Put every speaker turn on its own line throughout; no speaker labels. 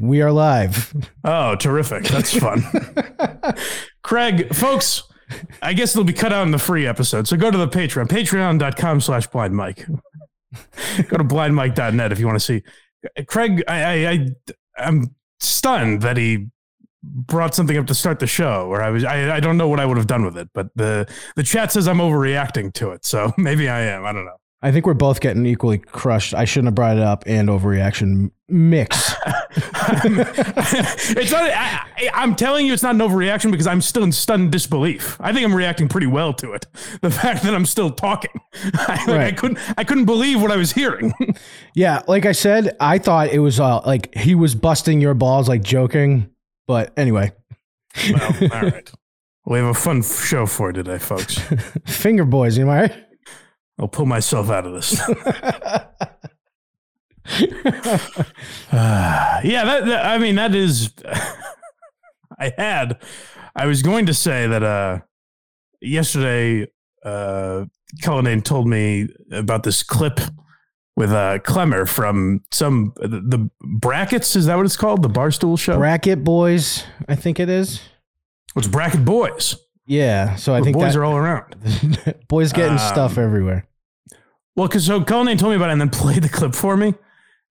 We are live.
Oh, terrific. That's fun. Craig, folks, I guess they'll be cut out in the free episode. So go to the Patreon, patreon.com slash blind mike. go to blindmike.net if you want to see. Craig, I, I, I I'm stunned that he brought something up to start the show or I was I, I don't know what I would have done with it, but the the chat says I'm overreacting to it. So maybe I am. I don't know.
I think we're both getting equally crushed. I shouldn't have brought it up and overreaction mix.
it's not I, I- I'm telling you it's not an overreaction because I'm still in stunned disbelief. I think I'm reacting pretty well to it. The fact that I'm still talking. I, like, I
Right.
couldn't I couldn't believe what I was hearing.
yeah, like I said, I thought it was uh, like he was busting your balls, like joking. But anyway,
well, all right. We have a fun f- show for today, folks.
finger boys, am I right?
I'll pull myself out of this. Ah, yeah, that, that- I mean that is. I had, I was going to say that uh, yesterday, uh, Cullinane told me about this clip with uh, Clemmer from some the, the brackets. Is that what it's called? The Barstool Show.
Bracket boys, I think it is.
it's bracket boys.
Yeah, so I
The
think
boys
that,
are all around.
boys getting
Um,
stuff everywhere.
Well, because so Cullinane told me about it and then played the clip for me.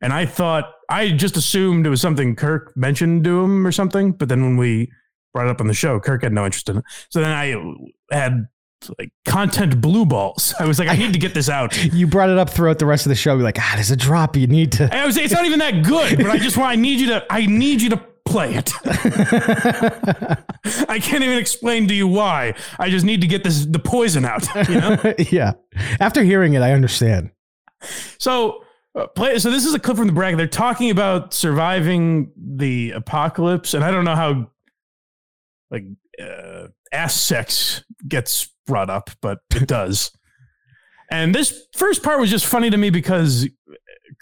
And I thought, I just assumed it was something Kirk mentioned to him or something. But then when we brought it up on the show, Kirk had no interest in it. So then I had like content blue balls. I was like, I need to get this out.
You brought it up throughout the rest of the show. You're like, ah, there's a drop. You need to.
And I was like, it's not even that good, but I just want, I need you to, I need you to play it. I can't even explain to you why. I just need to get this, the poison out, you know?
yeah. After hearing it, I understand.
So, uh, play, so this is a clip from the bracket. They're talking about surviving the apocalypse, and I don't know how, like, uh, ass sex gets brought up, but it does. And this first part was just funny to me because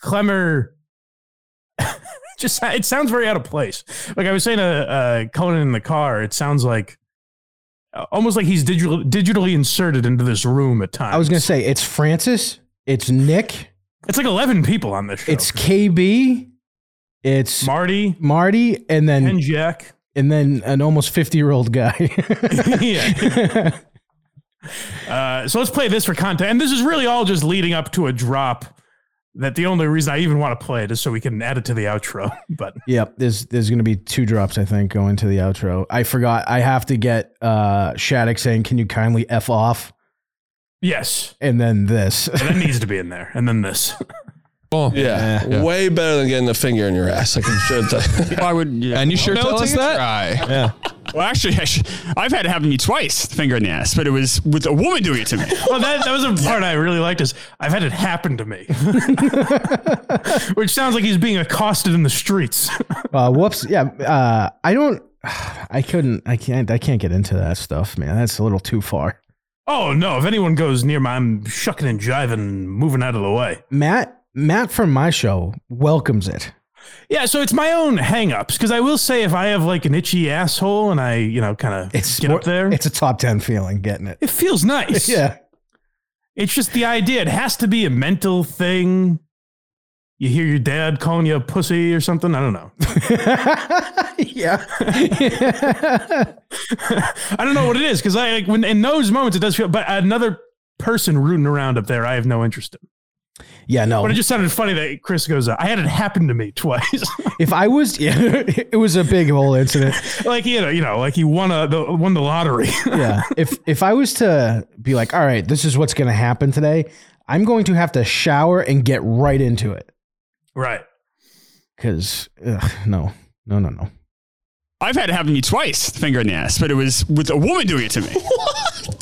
Clemmer just it sounds very out of place. Like I was saying to uh, Conan in the car, it sounds like uh, almost like he's digital, digitally inserted into this room at times.
I was going to say, it's Francis, it's Nick,
it's like eleven people on this show.
it's KB, it's
Marty
Marty, and then
and Jack.
and then an almost 50 year old guy.
yeah. Uh, so let's play this for content. And this is really all just leading up to a drop that the only reason I even want to play it is so we can add it to the outro. But
yep. There's there's going to be two drops, I think, going to the outro. I forgot. I have to get uh, Shattuck saying, can you kindly F off?
yes,
And then this.
that needs to be in there. And then this.
Cool.
Yeah.
Yeah.
Way better than getting a finger in your ass. I can sure tell.
Why would yeah.
And you sure
Well,
tell us
it's a
that?
try.
yeah.
Well, actually, I sh- I've had it happen to me twice, the finger in the ass, but it was with a woman doing it to me.
Well, Oh, that, that was a part I really liked is I've had it happen to me, which sounds like he's being accosted in the streets.
Uh, whoops. Yeah. Uh, I don't. I couldn't. I can't. I can't get into that stuff, man. That's a little too far.
oh, no. If anyone goes near me, I'm shucking and jiving, moving out of the way.
Matt. Matt from my show welcomes it.
Yeah, so it's my own hangups because I will say if I have like an itchy asshole and I, you know, kind of
It's
get
more-
up there,
It's a top ten feeling getting it.
it feels nice.
Yeah.
It's just the idea. It has to be a mental thing. You hear your dad calling you a pussy or something. I don't know.
yeah.
I don't know what it is because I like when in those moments it does feel. But another person rooting around up there, I have no interest in.
yeah. No.
But it just sounded funny that Chris goes, "I had it happen to me twice."
if I was, yeah, it was a big whole incident.
like you know, you know, like he won a the, won the lottery.
Yeah. If if I was to be like, all right, this is what's going to happen today, I'm going to have to shower and get right into it
right.
because no, no, no, no.
I've had it happen to me twice, the finger in the ass, but it was with a woman doing it to me.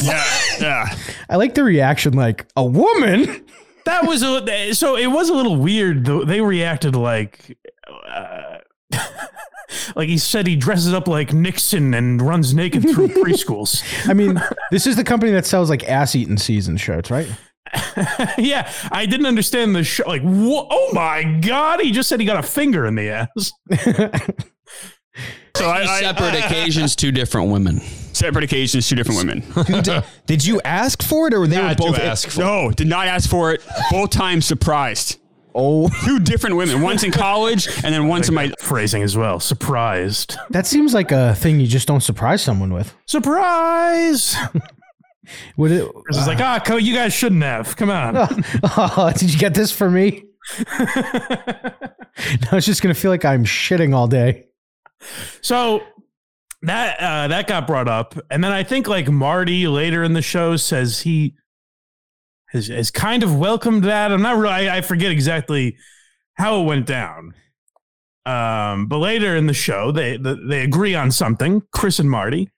Yeah, yeah.
I like the reaction, like a woman.
That was a so it was a little weird. though. They reacted like, uh, like he said he dresses up like Nixon and runs naked through preschools.
I mean, this is the company that sells like ass eating season shirts, right?
yeah, I didn't understand the show. Like, wha- oh my god, he just said he got a finger in the ass.
So I, I
Separate occasions, two different women.
separate occasions, two different women.
Did you ask for it, or they
I
were
do
both?
ask for no, did not ask for it. Both times surprised.
Oh,
Two different women, once in college and then once in my.
Phrasing as well. Surprised.
that seems like a thing you just don't surprise someone with.
Surprise.
Would it?
Chris is like, ah, Co, you guys shouldn't have. Come on.
Oh, did you get this for me? no, it's just gonna feel like I'm shitting all day.
So that uh, that got brought up, and then I think like Marty later in the show says he has, has kind of welcomed that. I'm not really. I, I forget exactly how it went down. Um, but later in the show, they the, they agree on something. Chris and Marty,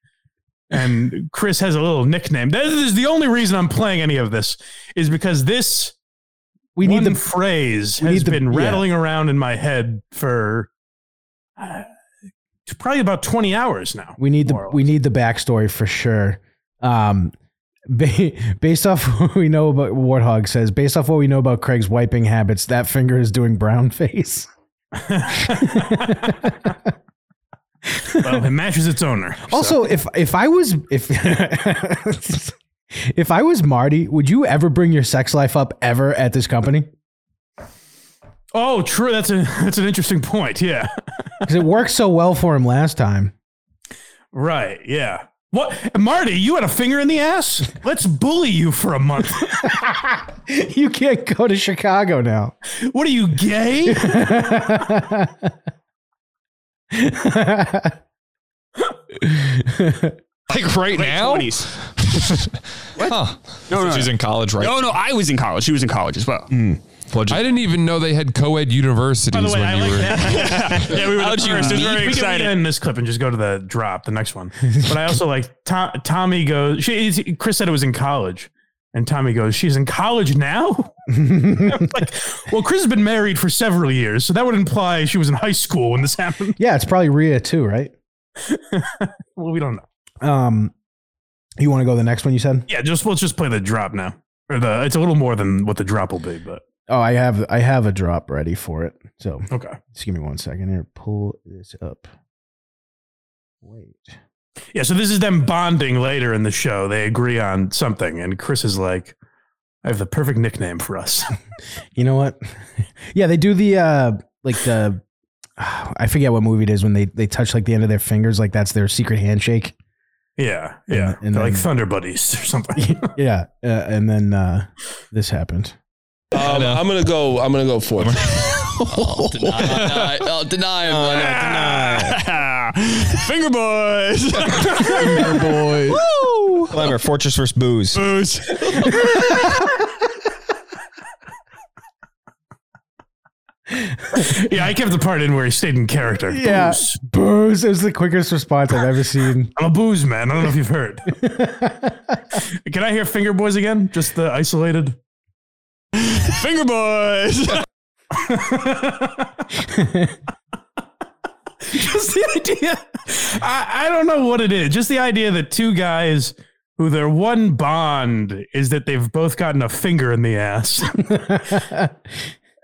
and Chris has a little nickname. That is the only reason I'm playing any of this is because this
We
one
need the
phrase
we
has
need the-
been
yeah.
rattling around in my head for uh, probably about 20 hours now.
we need
more
the
or
we
less.
need the backstory for sure. Um, ba- based off what we know about Warthog says, based off what we know about Craig's wiping habits, that finger is doing brown face.
well, it matches its owner.
Also, if if I was if if I was Marty, would you ever bring your sex life up ever at this company?
Oh, true. That's a that's an interesting point. Yeah.
Because it worked so well for him last time.
Right. Yeah. What Marty, you had a finger in the ass? Let's bully you for a month.
you can't go to Chicago now.
What are you gay?
Like right
Late
now?
20s.
Huh.
No, no,
She's in college right
no, no. I was in college. She was in college as well.
I didn't even know they had co ed universities
By the way,
when
I
you
like
were.
that.
Yeah, we were
How'd
the
you
first. It was
meet?
very
We can
exciting.
end this clip and just go to the drop, the next one. But I also like Tom, Tommy goes. She, is- Chris said it was in college, and Tommy goes, "She's in college now." I'm like, well, Chris has been married for several years, so that would imply she was in high school when this happened.
yeah, it's probably Rhea too, right?
Well, we don't know.
Um, you want to go to the next one? You said.
Yeah, just let's just play the drop now. Or the it's a little more than what the drop will be, but
Oh, I have I have a drop ready for it. So
okay.
just give me one second here. Pull this up. Wait.
Yeah, so this is them bonding later in the show. They agree on something, and Chris is like, "I have the perfect nickname for us."
You know what? yeah, they do the uh like the I forget what movie it is when they they touch like the end of their fingers, like that's their secret handshake.
yeah, yeah,
And- and
They're like
then-
Thunder Buddies or something.
Yeah, uh, and then uh this happened.
Um, I'm gonna go. I'm gonna go fourth. I'll deny. i deny him.
Finger boys.
boys.
Clever Fortress versus Booze.
Booze.
Yeah, I kept the part in where he stayed in character.
Yeah.
Booze.
Booze. It was the quickest response I've ever seen.
I'm a booze man. I don't know if you've heard. Can I hear Finger Boys again? Just the isolated.
Finger boys.
Just the idea. I, I don't know what it is. Just the idea that two guys who their one bond is that they've both gotten a finger in the ass.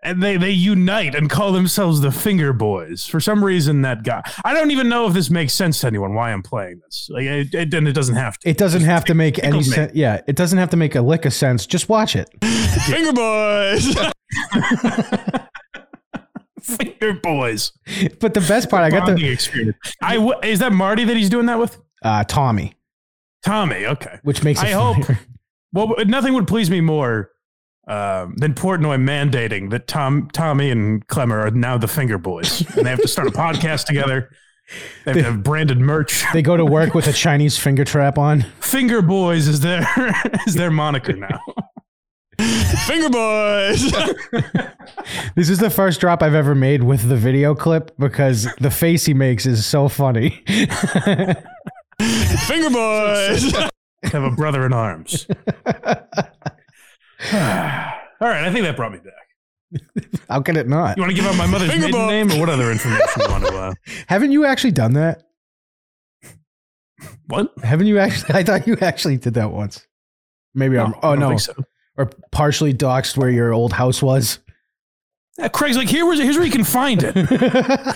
and they, they unite and call themselves the Finger Boys. For some reason, that guy. I don't even know if this makes sense to anyone why I'm playing this. Like, it, it, and it doesn't have to.
It doesn't have to make any
tickled me.
sense. Yeah, it doesn't have to make a lick of sense. Just watch it.
Finger boys.
Finger Boys.
But the best part, I got
bonding
the
experience. I w- is that Marty that he's doing that with?
uh, Tommy,
Tommy. Okay.
which makes it
I hope-
funnier.
Well, nothing would please me more um, than Portnoy mandating that Tom, Tommy, and Clemmer are now the Finger Boys, and they have to start a podcast together. They have, to have branded merch.
they go to work with a Chinese finger trap on.
Finger Boys is their is their moniker now.
Finger boys.
This is the first drop I've ever made with the video clip because the face he makes is so funny.
Finger boys.
have a brother in arms. All right, I think that brought me back.
How can it not?
You want to give out my mother's
Finger
maiden
boy.
name, or what other information you want to? Uh,
Haven't you actually done that?
what?
Haven't you actually? I thought you actually did that once. Maybe I'm.
I
Oh
don't
no,
think so.
or partially doxed where your old house was.
Yeah, Craig's like, here, here's where you can find it.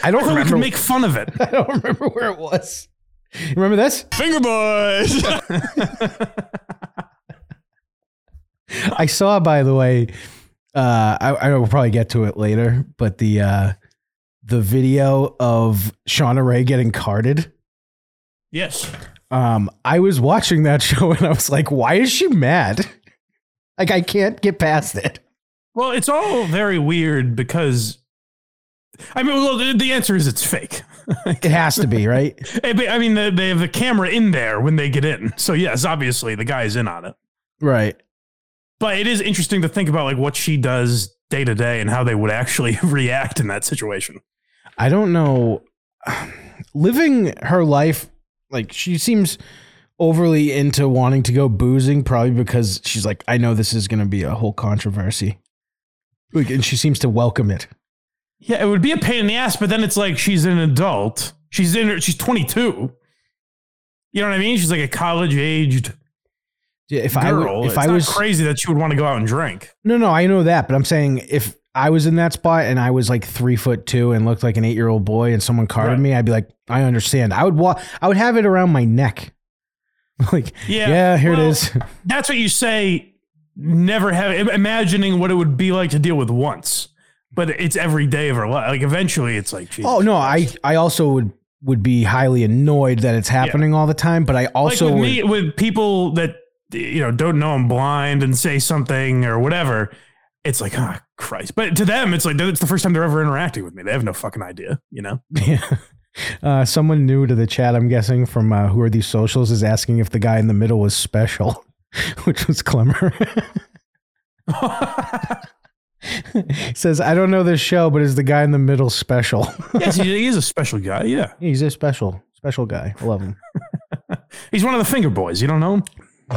I don't
Or we
remember.
can make fun of it.
I don't remember where it was. You Remember this?
Finger boys.
I saw, by the way, uh, I, I will probably get to it later, but the uh, the video of Shauna Ray getting carded.
Yes.
Um, I was watching that show and I was like, why is she mad? Like I can't get past it.
Well, it's all very weird because, I mean, well, the- the answer is it's fake.
It has to be right.
Eh, but, I mean, they they have the camera in there when they get in. So, yes, obviously the guy's in on it.
right.
But it is interesting to think about like what she does day to day and how they would actually react in that situation.
I don't know. Living her life, like she seems overly into wanting to go boozing, probably because she's like, I know this is going to be a whole controversy. Like, and she seems to welcome it.
Yeah, it would be a pain in the ass, but then it's like she's an adult. She's in her, she's 22. You know what I mean? She's like a college aged
Yeah, If I
girl.
were- if
it's
I
not
was
crazy that she would want to go out and drink.
no no I know that, but I'm saying if I was in that spot and I was like three foot two and looked like an eight year old boy and someone carded
Right.
me, I'd be like, I understand. I would walk. I would have it around my neck. like
Yeah.
yeah, here
well,
it is.
That's what you say. Never have im- imagining what it would be like to deal with once, but it's every day of her life. Like eventually, it's like, Jesus
Oh no, I
Christ.
I also would would be highly annoyed that it's happening all the time, but I also
like with
would-
me with people that you know don't know I'm blind and say something or whatever. It's like, ah, Christ. But to them, it's like it's the first time they're ever interacting with me. They have no fucking idea, you know.
Yeah. Uh, someone new to the chat, I'm guessing, from uh, Who Are These Socials, is asking if the guy in the middle was special, which was Clemmer. He says, I don't know this show, but is the guy in the middle special?
yes, he, he is a special guy. Yeah,
He's a special, special guy. I love him.
he's one of the finger boys. You don't know him.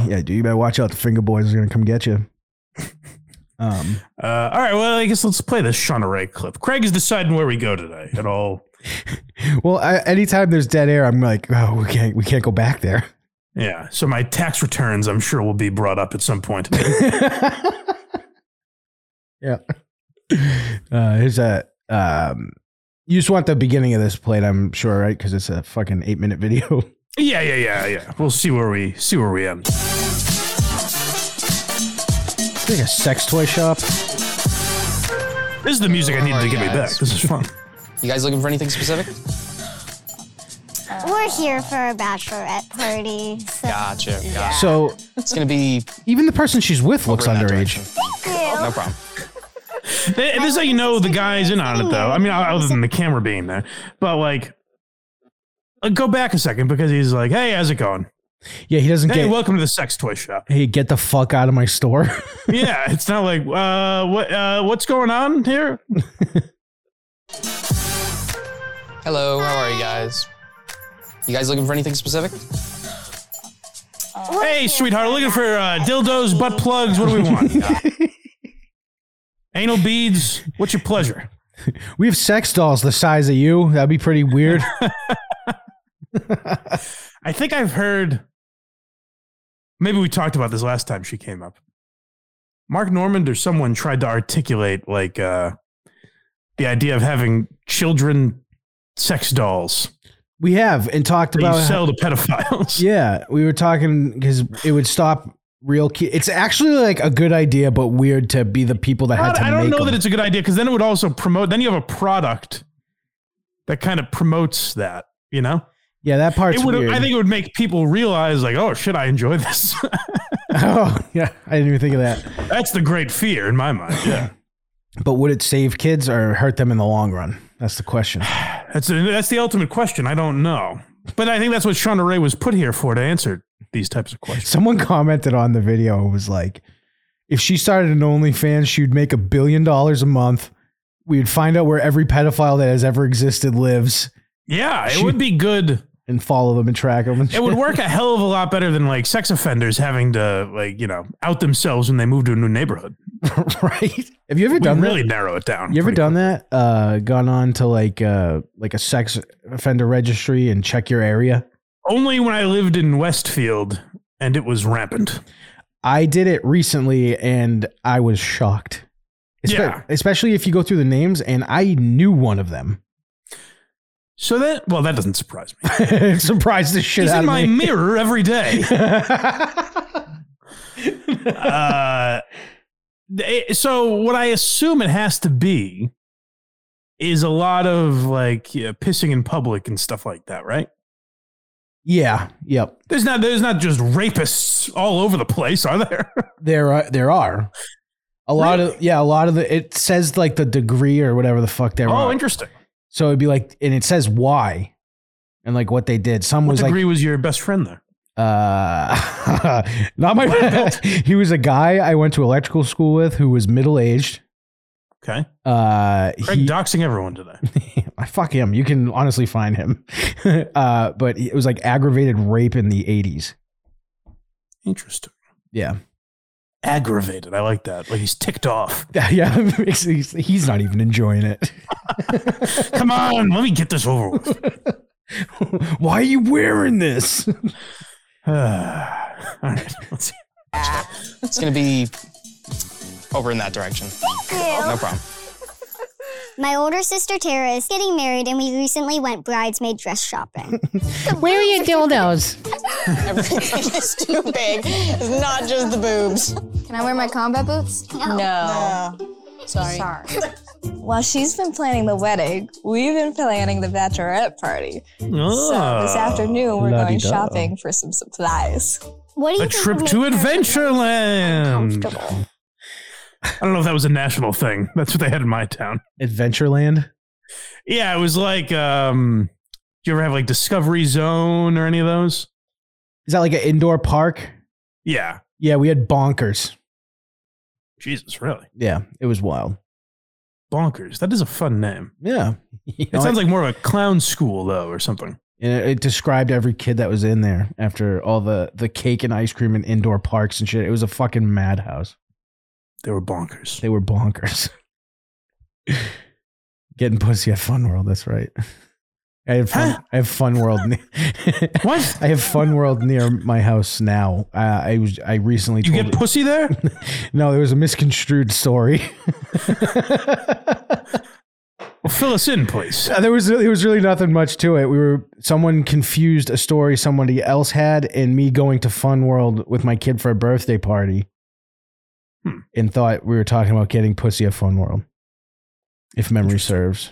Yeah, dude, you better watch out. The finger boys are going to come get you. Um,
Uh, all right. Well, I guess let's play this Shauna Ray clip. Craig is deciding where we go today at all.
well, I, anytime there's dead air, I'm like, oh, we can't, we can't go back there.
Yeah. So my tax returns, I'm sure, will be brought up at some point.
yeah. Uh, here's a. Um, you just want the beginning of this played, I'm sure, right? Because it's a fucking eight minute video.
yeah, yeah, yeah, yeah. We'll see where we see where we end.
It's like a sex toy shop.
This is the music I needed to get me back. This is fun.
You guys looking for anything specific?
We're here for a bachelorette party. So
Gotcha. gotcha.
So
It's gonna be
even the person she's with looks
Over in that
underage.
Oh,
no problem.
Th- This is how you know the guy's in on it, though. I mean, o- other than the camera being there, but like, uh, go back a second because he's like, "Hey, how's it going?
Yeah, he doesn't
Hey,
get.
welcome to the sex toy shop."
hey, get the fuck out of my store.
yeah, it's not like, uh, what, uh, what's going on here?
Hello, how are you guys? You guys looking for anything specific?
Hey, sweetheart, looking for uh, dildos, butt plugs. What do we want? Anal beads. What's your pleasure?
we have sex dolls the size of you. That'd be pretty weird.
I think I've heard. Maybe we talked about this last time she came up. Mark Normand or someone tried to articulate like uh, the idea of having children sex dolls
we have and talked
that
about
you
how-
sell to pedophiles.
Yeah, we were talking because it would stop real kids. It's actually like a good idea, but weird to be the people that had
Prod-
to.
I don't
make
know
them.
that it's a good idea because then it would also promote. Then you have a product that kind of promotes that. You know,
Yeah, that part's
it would.
weird.
I think it would make people realize like, oh shit, I enjoy this.
oh, yeah, I didn't even think of that.
That's the great fear in my mind. Yeah,
But would it save kids or hurt them in the long run? That's the question.
that's that's the ultimate question. I don't know, but I think that's what Shauna Ray was put here for to answer these types of questions.
Someone commented on the video and was like, "If she started an OnlyFans, she'd make a billion dollars a month. We'd find out where every pedophile that has ever existed lives."
Yeah, it
She-
would be good.
And follow them and track them. And
It would work a hell of a lot better than like sex offenders having to like you know out themselves when they move to a new neighborhood.
right? Have you ever
We
done that?
really narrow it down.
You ever
pretty
done that? Uh, gone on to like uh, like a sex offender registry and check your area.
Only when I lived in Westfield and it was rampant.
I did it recently, and I was shocked. Espe-
Yeah.
Especially if you go through the names, and I knew one of them.
So that well, that doesn't surprise me.
it surprised the shit
He's
out
in
of
my
me.
mirror every day. uh, they- so what I assume it has to be is a lot of like yeah, pissing in public and stuff like that, right?
Yeah. Yep.
There's not there's not just rapists all over the place, are there?
There are there are a lot of yeah a lot of the it says like the degree or whatever the fuck they were.
oh,
on.
interesting.
so it'd be like and it says why, and like what they did. Some
What
was like
degree was your best friend there?
uh not my he was a guy I went to electrical school with who was middle aged.
Okay,
Uh,
Craig
he-
doxing everyone today.
I fuck him. You can honestly find him. uh, but it was like aggravated rape in the 80s.
Interesting.
Yeah.
Aggravated. I like that. Like he's ticked off.
Yeah. he's, he's not even enjoying it.
Come on, let me get this over with.
Why are you wearing this?
All right, let's see.
It's gonna be over in that direction.
Oh,
No problem.
My older sister Tara is getting married, and we recently went bridesmaid dress shopping.
Where are your dildos?
Everything is too big. It's not just the boobs.
Can I wear my combat boots? No.
No. Sorry.
While she's been planning the wedding, we've been planning the bachelorette party. So this
Oh.
afternoon, we're going
la-di-da.
shopping for some supplies.
What do you
A
think
trip
would
to
make her
Adventureland.
uncomfortable?
I don't know if that was a national thing. That's what they had in my town.
Adventureland?
Yeah, it was like, um, do you ever have like Discovery Zone or any of those?
Is that like an indoor park?
Yeah.
Yeah. We had bonkers.
Jesus, really?
Yeah. It was wild.
Bonkers. That is a fun name.
Yeah.
It sounds like more of a clown school, though, or something.
And it, it described every kid that was in there after all the, the cake and ice cream and indoor parks and shit. It was a fucking madhouse.
They were bonkers.
They were bonkers. Getting pussy at Fun World. That's right. I have fun,
Huh?
I have Fun World. Ne-
What?
I have Fun World near my house now. Uh, I was I recently
You
told
get pussy there?
no. There was a misconstrued story.
Well, fill us in, please.
Uh, there was there was really nothing much to it. We were someone confused a story somebody else had and me going to Fun World with my kid for a birthday party,
Hmm.
and thought we were talking about getting pussy at Fun World. If memory serves.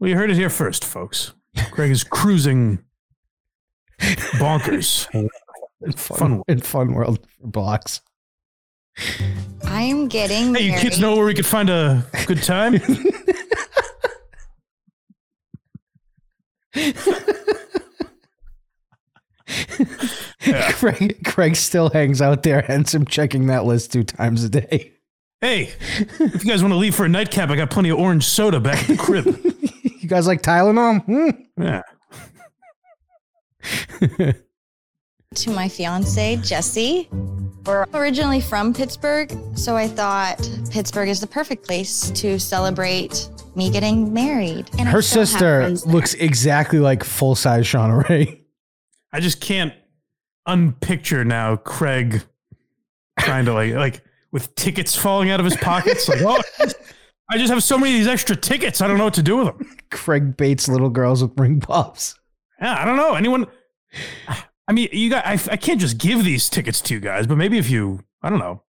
We heard it here first, folks. Craig is cruising bonkers. Fun.
in Fun World for blocks.
I am getting
Hey, you kids know where we could find a good time?
Craig, Craig still hangs out there, hence him checking that list two times a day.
Hey, if you guys want to leave for a nightcap, I got plenty of orange soda back at the crib.
You guys like Tylenol? Hmm.
Yeah.
to my fiance Jesse. We're originally from Pittsburgh, so I thought Pittsburgh is the perfect place to celebrate me getting married. And I
Her
still have
sister
friends there.
looks exactly like full size Shauna Ray.
I just can't unpicture now Craig trying to like like with tickets falling out of his pockets. Like, oh, I just have so many of these extra tickets. I don't know what to do with them.
Craig baits little girls with ring pops.
Yeah, I don't know. Anyone? I mean, you got. I, I can't just give these tickets to you guys, but maybe if you, I don't know.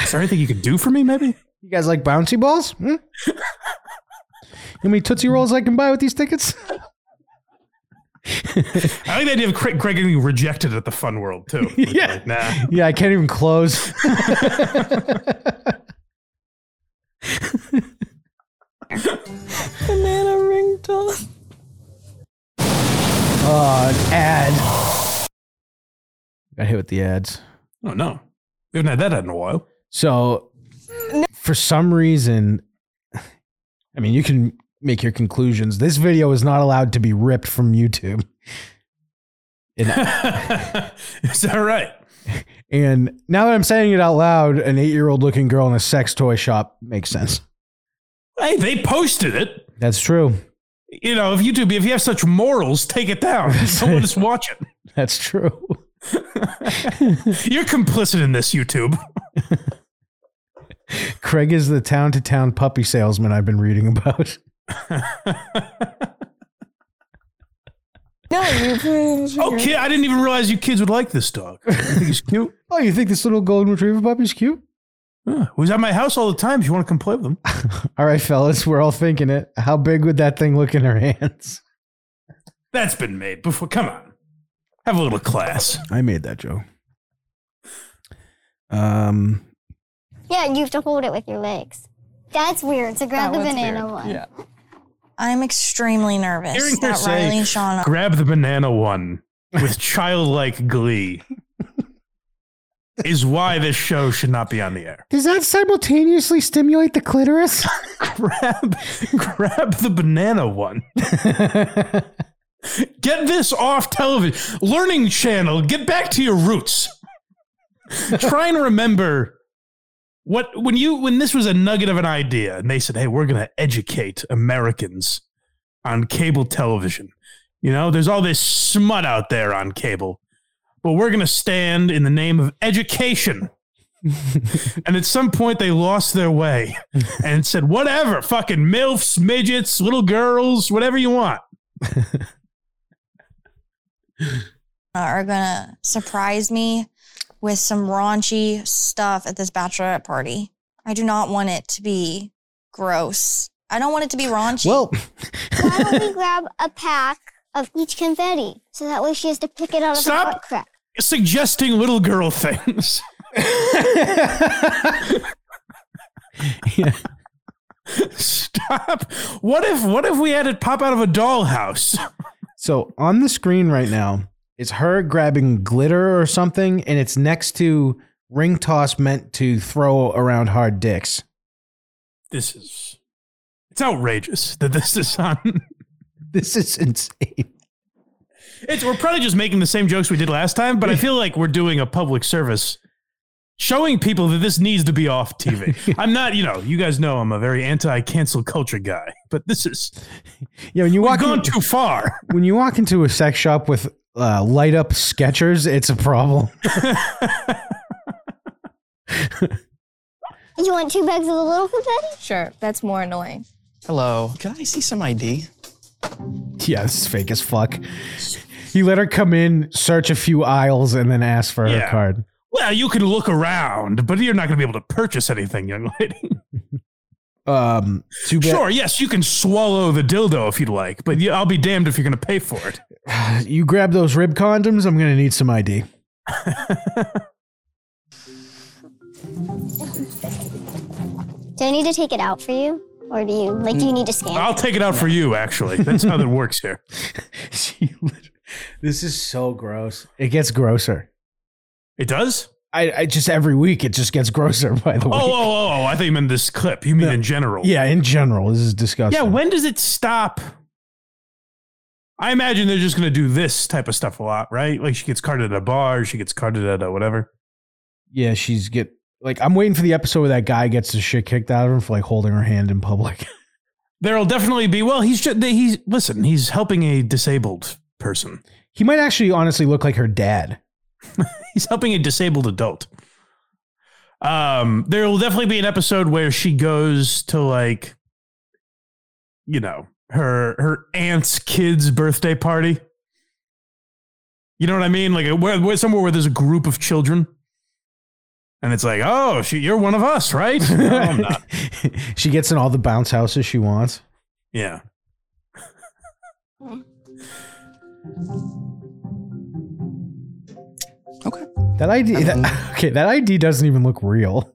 Is there anything you could do for me? Maybe.
You guys like bouncy balls? Hmm? How many Tootsie Rolls I can buy with these tickets?
I like the idea of Craig, Craig getting rejected at the Fun World too.
Yeah.
Like, nah.
Yeah, I can't even close.
Banana ring toss.
Oh, an ad. Got hit with the ads.
Oh no, we haven't had that ad in a while.
So, for some reason, I mean, you can make your conclusions. This video is not allowed to be ripped from YouTube.
Is that right?
And now that I'm saying it out loud, an eight year old looking girl in a sex toy shop makes sense.
Hey, they posted it.
That's true.
You know, if YouTube, if you have such morals, take it down. Don't let us watch it.
That's true.
You're complicit in this, YouTube.
Craig is the town to town puppy salesman I've been reading about.
No, you please.
Oh, kid, I didn't even realize you kids would like this dog. I think he's cute.
Oh, you think this little golden retriever puppy's cute?
Huh. Who's at my house all the time. If you want to come play with him,
All right, fellas, we're all thinking it. How big would that thing look in her hands?
that's been made before. Come on, have a little class.
I made that joke. Um,
Yeah, and you have to hold it with your legs. That's weird. So grab the banana one.
Yeah.
I'm extremely nervous.
Hearing her
that
say-
Riley and Sean. are-
Grab the banana one with childlike glee. Is why this show should not be on the air.
Does that simultaneously stimulate the clitoris?
grab grab the banana one. get this off television. Learning channel, get back to your roots. Try and remember what when you when this was a nugget of an idea and they said, "Hey, we're going to educate Americans on cable television." You know, there's all this smut out there on cable. But we're going to stand in the name of education. and at some point they lost their way and said, whatever, fucking MILFs, midgets, little girls, whatever you want.
are gonna surprise me with some raunchy stuff at this bachelorette party. I do not want it to be gross. I don't want it to be raunchy.
well,
Why don't we grab a pack of each confetti? So that way she has to pick it out of
Stop.
the butt crack.
Suggesting little girl things. Stop. What if what if we had it pop out of a dollhouse?
so on the screen right now, it's her grabbing glitter or something, and it's next to ring toss meant to throw around hard dicks.
This is it's outrageous that this is on.
This is insane.
It's we're probably just making the same jokes we did last time, but I feel like we're doing a public service showing people that this needs to be off TV. I'm not, you know, you guys know I'm a very anti-cancel culture guy, but this is
Yeah, when you
we've
walk
gone
in,
too far.
when you walk into a sex shop with uh, light up sketchers, it's a problem.
You want two bags of the little confetti?
Sure, that's more annoying.
Hello. Can I see some ID?
Yeah, this is fake as fuck. He let her come in, search a few aisles, and then ask for
Yeah.
her card.
Well, you can look around, but you're not going to be able to purchase anything, young lady.
Um, too bad.
Sure, yes, you can swallow the dildo if you'd like, but you, I'll be damned if you're going to pay for it.
You grab those rib condoms. I'm gonna need some ID.
Do I need to take it out for you? Or do you like do you need to scan?
Mm. I'll take it out for you. Actually, that's how that works here.
She lit- this is so gross. It gets grosser.
It does.
I, I just every week it just gets grosser. By the
Oh,
way,
oh, oh! oh, I thought you meant this clip. You mean in general?
yeah. In general, this is disgusting.
Yeah, when does it stop? I imagine they're just going to do this type of stuff a lot, right? Like she gets carded at a bar, she gets carded at a whatever.
yeah. She's get like I'm waiting for the episode where that guy gets the shit kicked out of him for like holding her hand in public.
There'll definitely be, well, he's just, he's, listen, he's helping a disabled person.
He might actually honestly look like her dad.
He's helping a disabled adult. Um, there will definitely be an episode where she goes to like, you know, her her aunt's kid's birthday party. You know what I mean? Like where, where somewhere where there's a group of children, and it's like, oh, she, you're one of us, right? no, I'm not.
she gets in all the bounce houses she wants.
Yeah.
That ID, that, okay, that ID doesn't even look real.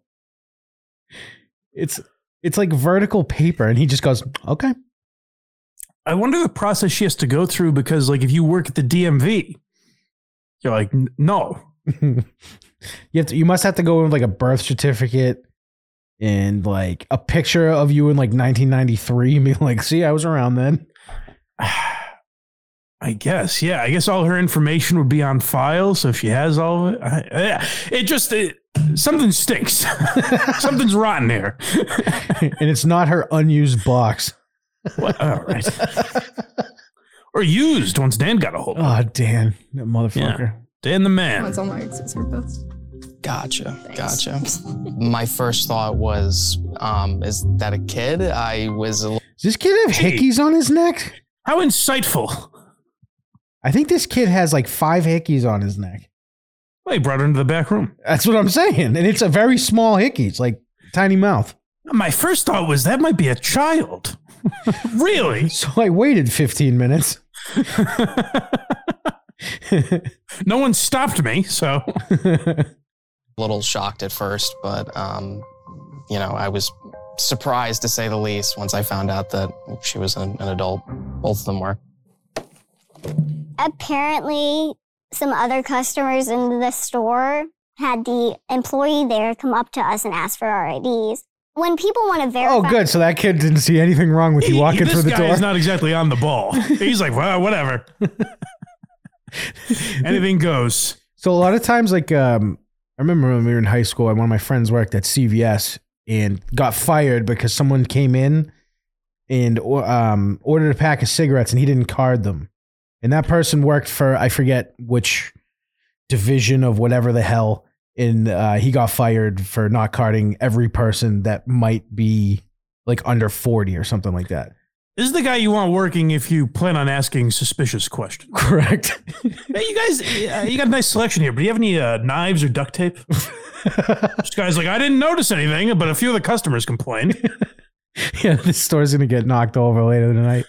It's it's like vertical paper, and he just goes, "Okay,
I wonder the process she has to go through because, like, if you work at the DMV, you're like, "N- no,
you have to, you must have to go in with like a birth certificate and like a picture of you in like 1993, and be like, see, I was around then."
I guess, yeah. I guess all her information would be on file. So if she has all of it, I, yeah. it just it, something stinks. Something's rotten here.
and it's not her unused box.
Well, all right. or used once Dan got a hold. of it.
Oh, Dan, that motherfucker.
Dan the man.
That's all my exes are best.
Gotcha.
Thanks.
Gotcha. My first thought was, um, is that a kid? I was a
Does this kid have
Gee.
hickeys on his neck?
How insightful.
I think this kid has like five hickeys on his neck.
Well, he brought her into the back room.
That's what I'm saying. And it's a very small hickey. It's like tiny mouth.
My first thought was that might be a child. really?
So I waited 15 minutes.
No one stopped me, so
a little shocked at first, but um, you know, I was surprised to say the least once I found out that she was an, an adult. Both of them were.
Apparently, some other customers in the store had the employee there come up to us and ask for our IDs. When people want to verify,
Oh, good. So that kid didn't see anything wrong with you walking
this
through the
guy
door.
is not exactly on the ball. He's like, well, whatever. Anything goes.
So a lot of times, like um, I remember when we were in high school, and one of my friends worked at CVS and got fired because someone came in and or- um, ordered a pack of cigarettes and he didn't card them, and that person worked for I forget which division of whatever the hell, and uh, he got fired for not carding every person that might be like under forty or something like that.
This is the guy you want working if you plan on asking suspicious questions.
Correct.
Hey, you guys, uh, you got a nice selection here, but do you have any uh, knives or duct tape? this guy's like, I didn't notice anything, but a few of the customers complained.
yeah, this store's gonna get knocked over later tonight.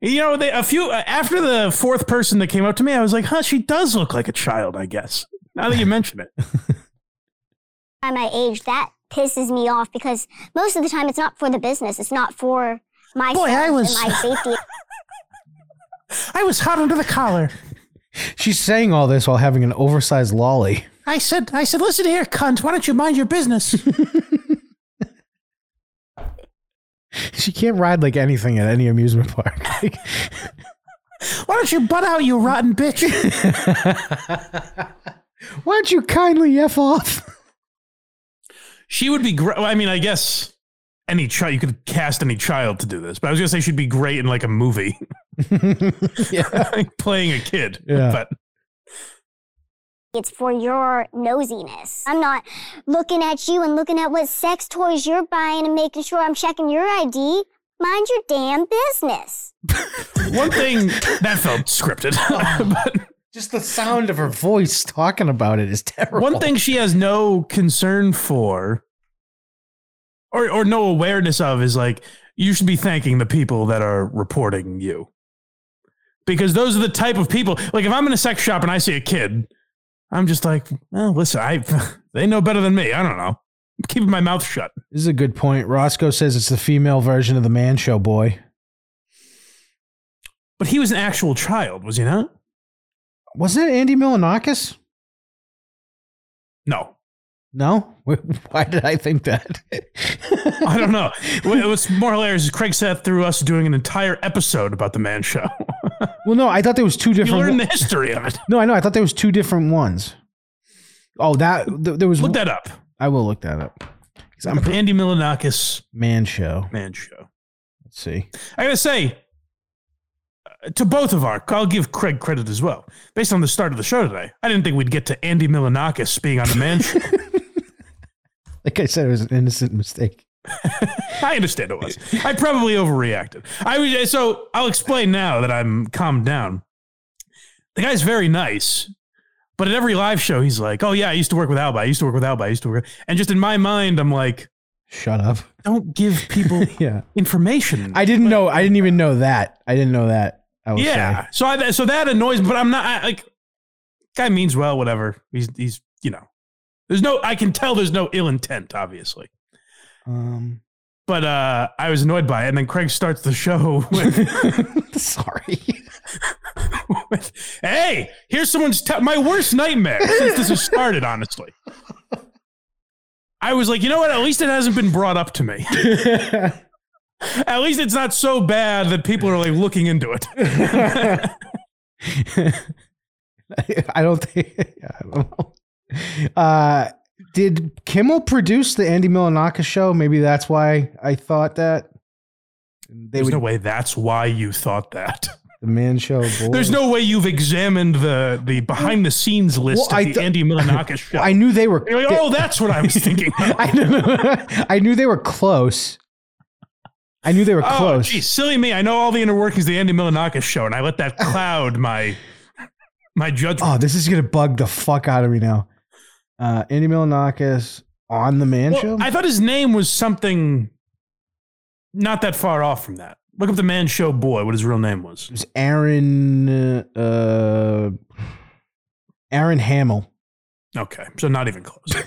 You know, they, a few uh, after the fourth person that came up to me, I was like, "Huh, she does look like a child." I guess now that you mention it,
by my age, that pisses me off because most of the time it's not for the business. It's not for my
Boy, I was-
and my safety.
I was hot under the collar.
She's saying all this while having an oversized lolly.
I said, "I said, listen here, cunt. Why don't you mind your business?"
She can't ride like anything at any amusement park.
Why don't you butt out, you rotten bitch?
Why don't you kindly F off?
she would be great. I mean, I guess any child you could cast any child to do this, but I was gonna say she'd be great in like a movie, Like, playing a kid.
Yeah.
But
It's for your nosiness. I'm not looking at you and looking at what sex toys you're buying and making sure I'm checking your ID. Mind your damn business.
one thing that felt scripted. but
Just the sound of her voice talking about it is terrible.
One thing she has no concern for or or no awareness of is like you should be thanking the people that are reporting you. Because those are the type of people like if I'm in a sex shop and I see a kid, I'm just like, well, listen, I they know better than me. I don't know. I'm keeping my mouth shut.
This is a good point. Roscoe says it's the female version of the man show boy.
But he was an actual child, was he not?
Wasn't it Andy Milanakis?
No.
No? Why did I think that?
I don't know. What- What's more hilarious is Craig Seth through us doing an entire episode about the man show.
well, no, I thought there was two
you
different.
learn the history of it.
no, I know. I thought there was two different ones. Oh, that th- there was.
Look that up.
I will look that up. 'Cause I'm
Andy Milanakis
man show.
Man Show.
Let's see.
I gotta say, uh, to both of our, I'll give Craig credit as well. Based on the start of the show today, I didn't think we'd get to Andy Milanakis being on the Man Show.
Like I said, it was an innocent mistake.
I understand it was. I probably overreacted. I was so I'll explain now that I'm calmed down. The guy's very nice, but at every live show, he's like, "Oh yeah, I used to work with Alba. I used to work with Alba. I used to work." And just in my mind, I'm like,
Shut up.
"Don't give people
Yeah.
information."
I didn't know. I didn't even know that. I didn't know that. I would
yeah.
say.
So I so that annoys me, but I'm not I, like guy means well, whatever. He's he's you know. There's no I can tell there's no ill intent, obviously.
Um,
But uh I was annoyed by it. And then Craig starts the show with,
sorry.
with Hey, here's someone's te- my worst nightmare since this has started, honestly. I was like, you know what? At least it hasn't been brought up to me. At least it's not so bad that people are like looking into it.
I don't think. I don't know. Uh, did Kimmel produce the Andy Milanakis show? Maybe that's why I thought that. They
There's
would
no way that's why you thought that.
the man show. Boy.
There's no way you've examined the the behind the scenes list
Well, I
of the
th-
Andy Milanakis show.
I knew they were.
You're like, oh, that's what I was thinking.
I, knew, I knew they were close. I knew they were
oh,
close.
geez, silly me! I know all the inner workings of the Andy Milanakis show, and I let that cloud my my judgment.
Oh, this is gonna bug the fuck out of me now. Uh, Andy Milanakis on the Man
Well,
Show.
I thought his name was something not that far off from that. Look up the man show boy, what his real name was.
It's Aaron uh, Aaron Hamill.
Okay, so not even close.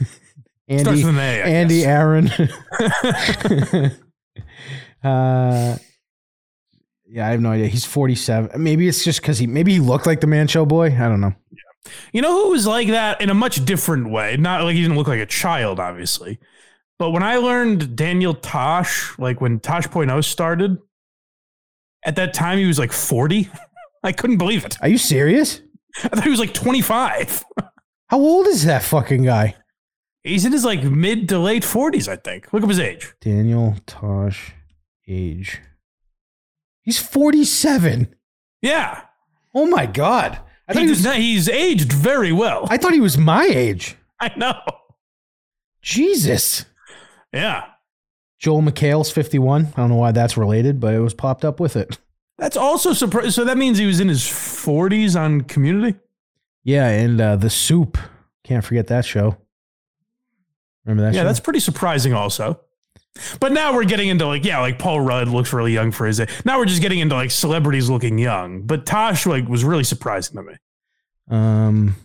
Andy,
Starts with an A, I
Andy
guess.
Aaron. uh, yeah, I have no idea. He's 47. Maybe it's just because he maybe he looked like the Man Show boy. I don't know.
You know who was like that in a much different way? Not like he didn't look like a child, obviously. But when I learned Daniel Tosh, like when Tosh.0 started, at that time he was like 40. I couldn't believe it.
Are you serious?
I thought he was like 25.
How old is that fucking guy?
He's in his like mid to late 40s, I think. Look up his age.
Daniel Tosh, age. He's 47.
Yeah.
Oh my God. I thought
He
he
does
was,
not- he's aged very well.
I thought he was my age.
I know.
Jesus.
Yeah.
Joel McHale's 51. I don't know why that's related, but it was popped up with it.
That's also surprising. So that means he was in his 40s on Community?
Yeah, and uh, The Soup. Can't forget that show. Remember that
yeah,
show?
that's pretty surprising also. But now we're getting into like, yeah, like Paul Rudd looks really young for his age. Now we're just getting into like celebrities looking young. But Tosh like was really surprising to me.
Um,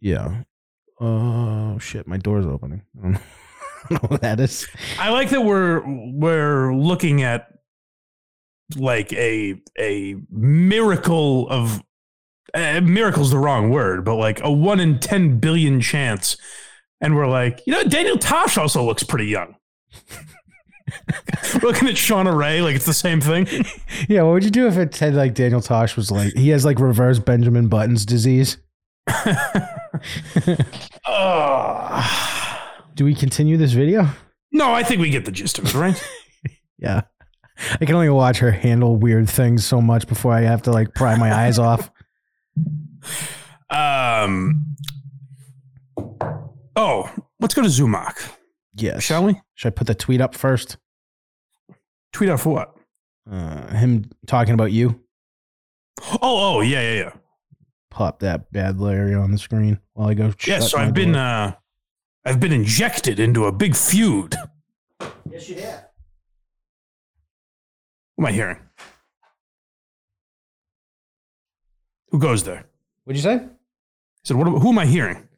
yeah. Oh, shit. My door's opening. I don't know what that is.
I like that we're we're looking at like a a miracle of uh, miracle's the wrong word, but like a one in ten billion chance, and we're like, you know, Daniel Tosh also looks pretty young. looking at Shauna Ray, like it's the same thing.
Yeah, what would you do if it said like Daniel Tosh was like he has like reverse Benjamin Button's disease? Do we continue this video?
No, I think we get the gist of it, right?
Yeah. I can only watch her handle weird things so much before I have to like pry my eyes off.
Um. Oh, let's go to Zumach.
Yes.
Shall we?
Should I put the tweet up first?
Tweet out for what?
Uh, him talking about you.
Oh, oh, yeah, yeah, yeah.
Pop that bad Larry on the screen while I go.
Yeah,
shut
so
my
I've been
door.
uh, I've been injected into a big feud. Yes, you have. What am I hearing? Who goes there?
What'd you say? I
said, what, am- who am I hearing?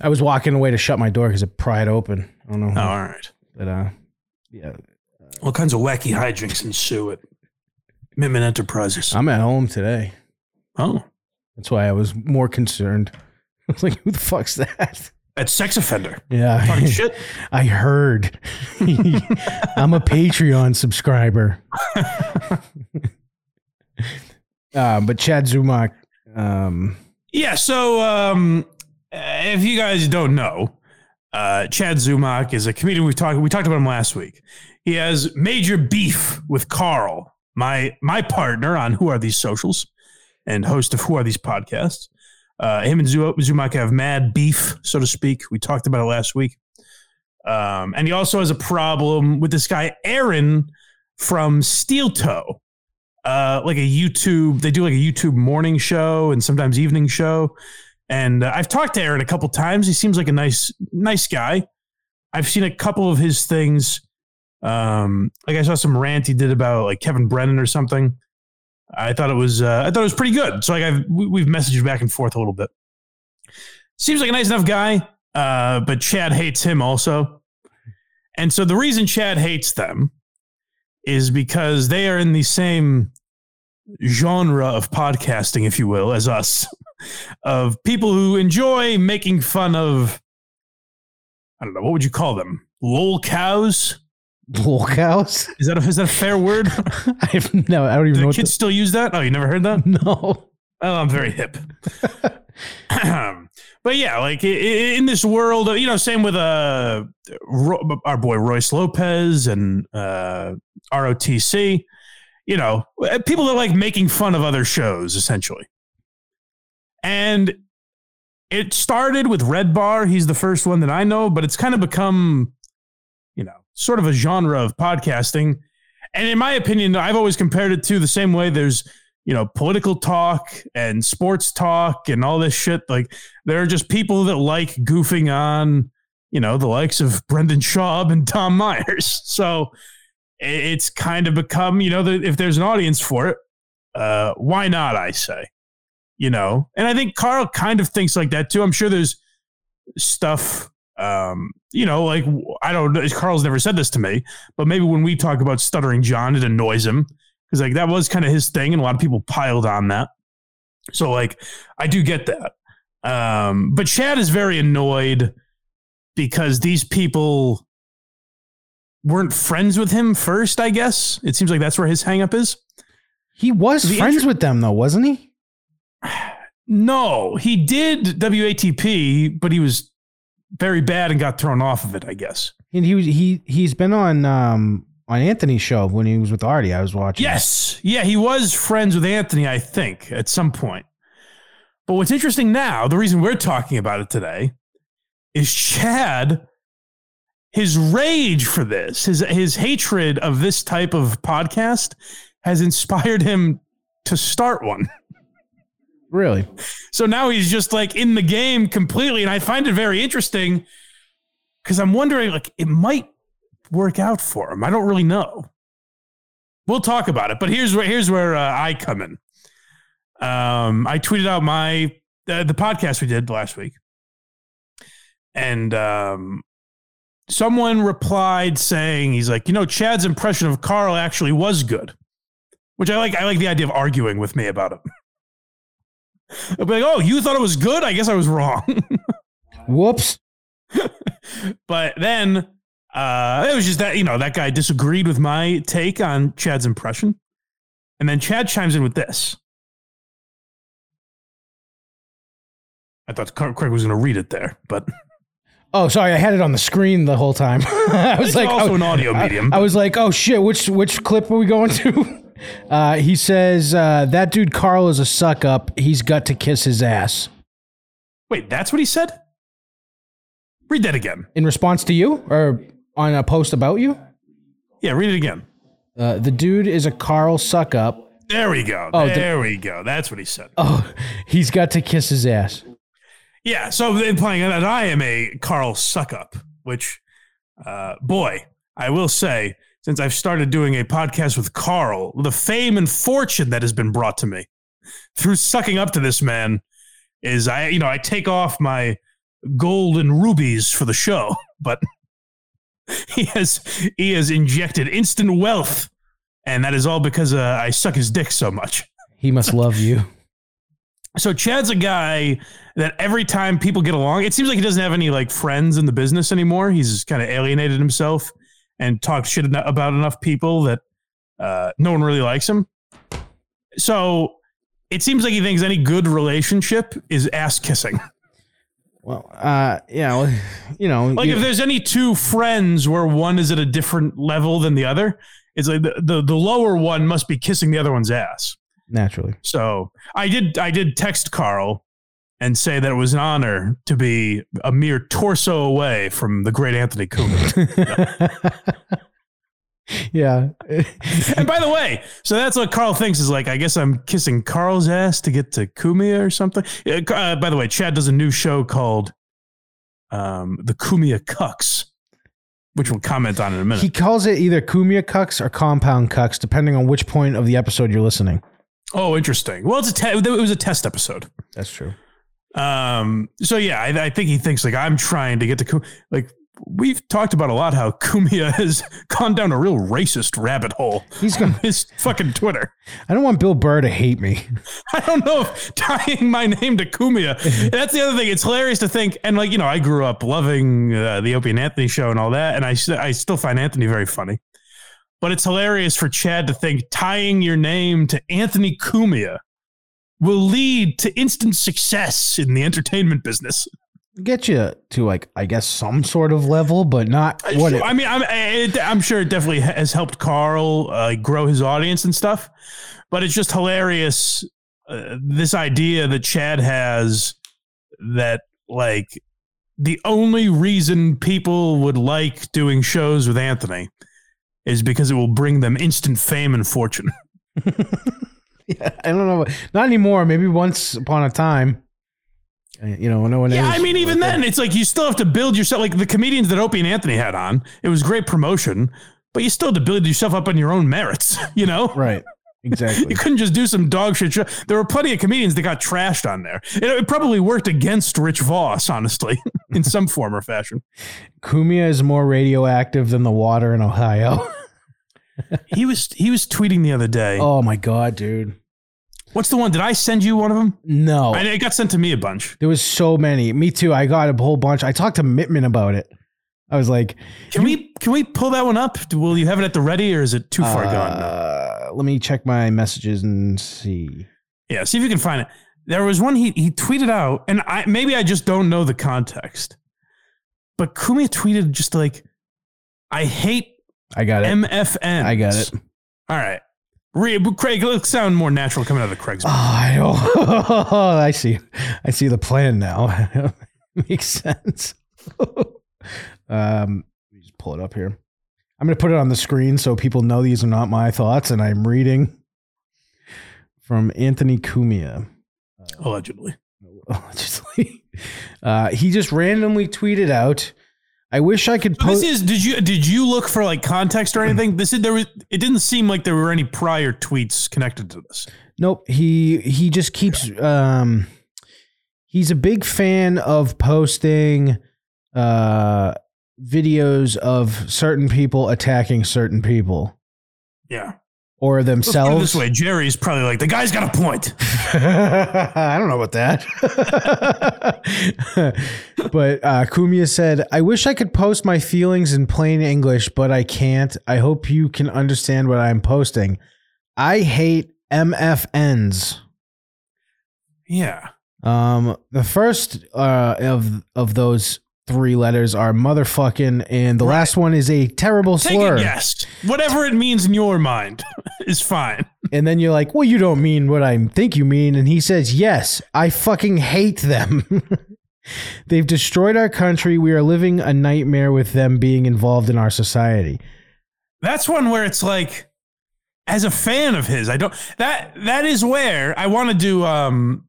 I was walking away to shut my door because it pried open. I don't know.
Oh, all right.
But uh, yeah,
All kinds of wacky hijinks ensue at Commitment Enterprises.
I'm at home today.
Oh.
That's why I was more concerned. I was like, who the fuck's that?
At Sex Offender.
Yeah.
Talking shit.
I heard. I'm a Patreon subscriber. uh, but Chad Zumach, um,
Yeah. So, um, if you guys don't know, uh, Chad Zumach is a comedian. We've talked we talked about him last week. He has major beef with Carl, my my partner on Who Are These Socials, and host of Who Are These Podcasts. Uh, him and Zu- Zumach have mad beef, so to speak. We talked about it last week. Um, and he also has a problem with this guy Aaron from Steel Toe uh, like a YouTube. They do like a YouTube morning show and sometimes evening show. And uh, I've talked to Aaron a couple times. He seems like a nice, nice guy. I've seen a couple of his things. Um, like I saw some rant he did about like Kevin Brennan or something. I thought it was, uh, I thought it was pretty good. So like I've we, we've messaged back and forth a little bit. Seems like a nice enough guy, uh, but Chad hates him also. And so the reason Chad hates them is because they are in the same genre of podcasting, if you will, as us, of people who enjoy making fun of, I don't know, what would you call them? Lol cows?
Lolcows?
Is that a, is that a fair word?
I have no, I don't even know
Do the
what
kids
this
still use that? Oh, you never heard that?
No.
Oh, I'm very hip. but yeah, like i- i- in this world, you know, same with uh, Ro- our boy Royce Lopez and uh, ROTC, you know, uh, people that like making fun of other shows essentially. And it started with Red Bar. He's the first one that I know, but it's kind of become, you know, sort of a genre of podcasting. And in my opinion, I've always compared it to the same way there's you know, political talk and sports talk and all this shit. Like there are just people that like goofing on, you know, the likes of Brendan Schaub and Tom Myers. So i- it's kind of become, you know, the, if there's an audience for it, uh, why not? I say, you know, and I think Carl kind of thinks like that too. I'm sure there's stuff. Um, you know, like I don't know. Carl's never said this to me, but maybe when we talk about stuttering John, it annoys him because like that was kind of his thing, and a lot of people piled on that. So like, I do get that. Um, but Chad is very annoyed because these people weren't friends with him first. I guess it seems like that's where his hangup is.
He was friends with them though, wasn't he?
No, he did WATP, but he was very bad and got thrown off of it, I guess.
And he was- he he's been on um on Anthony's show when he was with Artie. I was watching.
Yes. Yeah, he was friends with Anthony, I think, at some point. But what's interesting now, the reason we're talking about it today is Chad, his rage for this, his, his hatred of this type of podcast has inspired him to start one.
Really?
So now he's just like in the game completely. And I find it very interesting because I'm wondering, like, it might work out for him. I don't really know. We'll talk about it. But here's where here's where uh, I come in. Um, I tweeted out my uh, the podcast we did last week, and um, someone replied saying he's like, you know, Chad's impression of Carl actually was good, which I like. I like the idea of arguing with me about it. I'll be like, oh, you thought it was good? I guess I was wrong.
Whoops.
but then uh, it was just that, you know, that guy disagreed with my take on Chad's impression. And then Chad chimes in with this. I thought Craig Craig was going to read it there, but
Oh, sorry, I had it on the screen the whole time. I was
It's
like,
also
oh,
an audio
I-
medium.
I, was like, oh shit, which which clip are we going to? Uh, he says uh, that dude Carl is a suck up. He's got to kiss his ass.
wait, that's what he said? Read that again.
In response to you, or on a post about you?
Yeah, read it again.
Uh, the dude is a Carl suck up.
There we go.
Oh,
there
the-
we go. That's what he said.
Oh, he's got to kiss his ass.
Yeah, so implying that I am a Carl suckup, which, uh, boy, I will say, since I've started doing a podcast with Carl, the fame and fortune that has been brought to me through sucking up to this man is I, you know, I take off my gold and rubies for the show, but he has he has injected instant wealth, and that is all because uh, I suck his dick so much.
He must love you.
So Chad's a guy that every time people get along, it seems like he doesn't have any like friends in the business anymore. He's kind of alienated himself and talked shit eno- about enough people that uh, no one really likes him. So it seems like he thinks any good relationship is ass kissing.
Well, uh, yeah, well, you know,
Like
you-
if there's any two friends where one is at a different level than the other, it's like the, the, the lower one must be kissing the other one's ass.
naturally.
So I did I did text Carl and say that it was an honor to be a mere torso away from the great Anthony Cooper.
Yeah.
and by the way, so that's what Carl thinks is like. I guess I'm kissing Carl's ass to get to Kumia or something. Uh, uh, by the way, Chad does a new show called um, the Kumia Cucks, which we'll comment on in a minute.
He calls it either Kumia cucks or compound cucks, depending on which point of the episode you're listening.
Oh, interesting. Well, it's a te- it was a test episode.
That's true.
Um. So yeah, I, I think he thinks like I'm trying to get to Ku- like we've talked about a lot how Kumia has gone down a real racist rabbit hole.
He's
on his fucking Twitter.
I don't want Bill Burr to hate me.
I don't know if tying my name to Kumia. That's the other thing. It's hilarious to think. And like you know, I grew up loving uh, the Opie and Anthony show and all that, and I s- I still find Anthony very funny. But it's hilarious for Chad to think tying your name to Anthony Kumia will lead to instant success in the entertainment business.
Get you to like, I guess, some sort of level, but not what it.
I mean, I'm, it, I'm sure it definitely has helped Carl uh, grow his audience and stuff, but it's just hilarious. Uh, this idea that Chad has that, like, the only reason people would like doing shows with Anthony is because it will bring them instant fame and fortune.
I don't know. Not anymore. Maybe once upon a time. Uh, You know, no one.
Yeah,
is. uh,
I mean, even then, it's like you still have to build yourself. Like the comedians that Opie and Anthony had on, it was great promotion, but you still had to build yourself up on your own merits. You know,
right? Exactly.
you couldn't just do some dog shit. Show. There were plenty of comedians that got trashed on there. It, it probably worked against Rich Voss, honestly, in some form or fashion.
Kumia is more radioactive than the water in Ohio.
He was he was tweeting the other day.
Oh my god, dude!
What's the one? Did I send you one of them?
No,
And it got sent to me a bunch.
there was so many. Me too. I got a whole bunch. I talked to Mittman about it. I was like,
Can we can we pull that one up? Will you have it at the ready, or is it too far gone?
uh, "Let me check my messages and see."
Yeah, see if you can find it. There was one he he tweeted out, and I maybe I just don't know the context. But Kumia tweeted just like, "I hate
I got it.
MFN."
I got it.
All right, Re- Craig, let's sound more natural coming out of the
Uh,
Craig's. mouth.
I don't. Oh, I see. I see the plan now. Makes sense. um, let me just pull it up here. I'm going to put it on the screen so people know these are not my thoughts, and I'm reading from Anthony Cumia.
Allegedly,
Allegedly, uh, he just randomly tweeted out, "I wish I could
So
post."
this is. Did you did you look for like context
Mm-hmm.
or anything? This is there was. It didn't seem like there were any prior tweets connected to this.
Nope. He he just keeps um he's a big fan of posting uh videos of certain people attacking certain people
Yeah.
or
Let's put it
themselves.
this way, Jerry's probably like the guy's got a point.
I don't know about that. but uh, Kumia said, I wish I could post my feelings in plain English, but I can't. I hope you can understand what I'm posting. I hate MFNs.
Yeah.
Um, the first uh, of of those three letters are motherfucking, and the last one is a terrible
Take
slur.
a guess. Whatever it means in your mind is fine.
And then you're like, "Well, you don't mean what I think you mean." And he says, "Yes, I fucking hate them. They've destroyed our country. We are living a nightmare with them being involved in our society."
That's one where it's like, as a fan of his, I don't that that is where I want to do um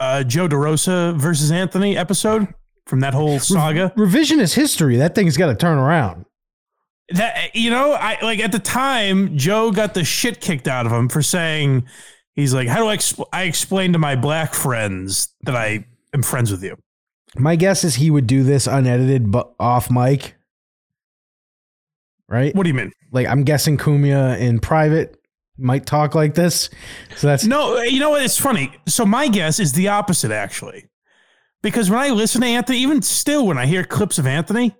uh Joe DeRosa versus Anthony episode from that whole saga.
Revisionist history. That thing's got to turn around.
That you know, I like at the time Joe got the shit kicked out of him for saying he's like, How do I expl- I explain to my black friends that I am friends with you?
My guess is he would do this unedited, but off mic. Right?
What do you mean?
Like I'm guessing Kumia in private might talk like this. So that's
No, you know what? It's funny. So my guess is the opposite, actually, because when I listen to Anthony, even still, when I hear clips of Anthony,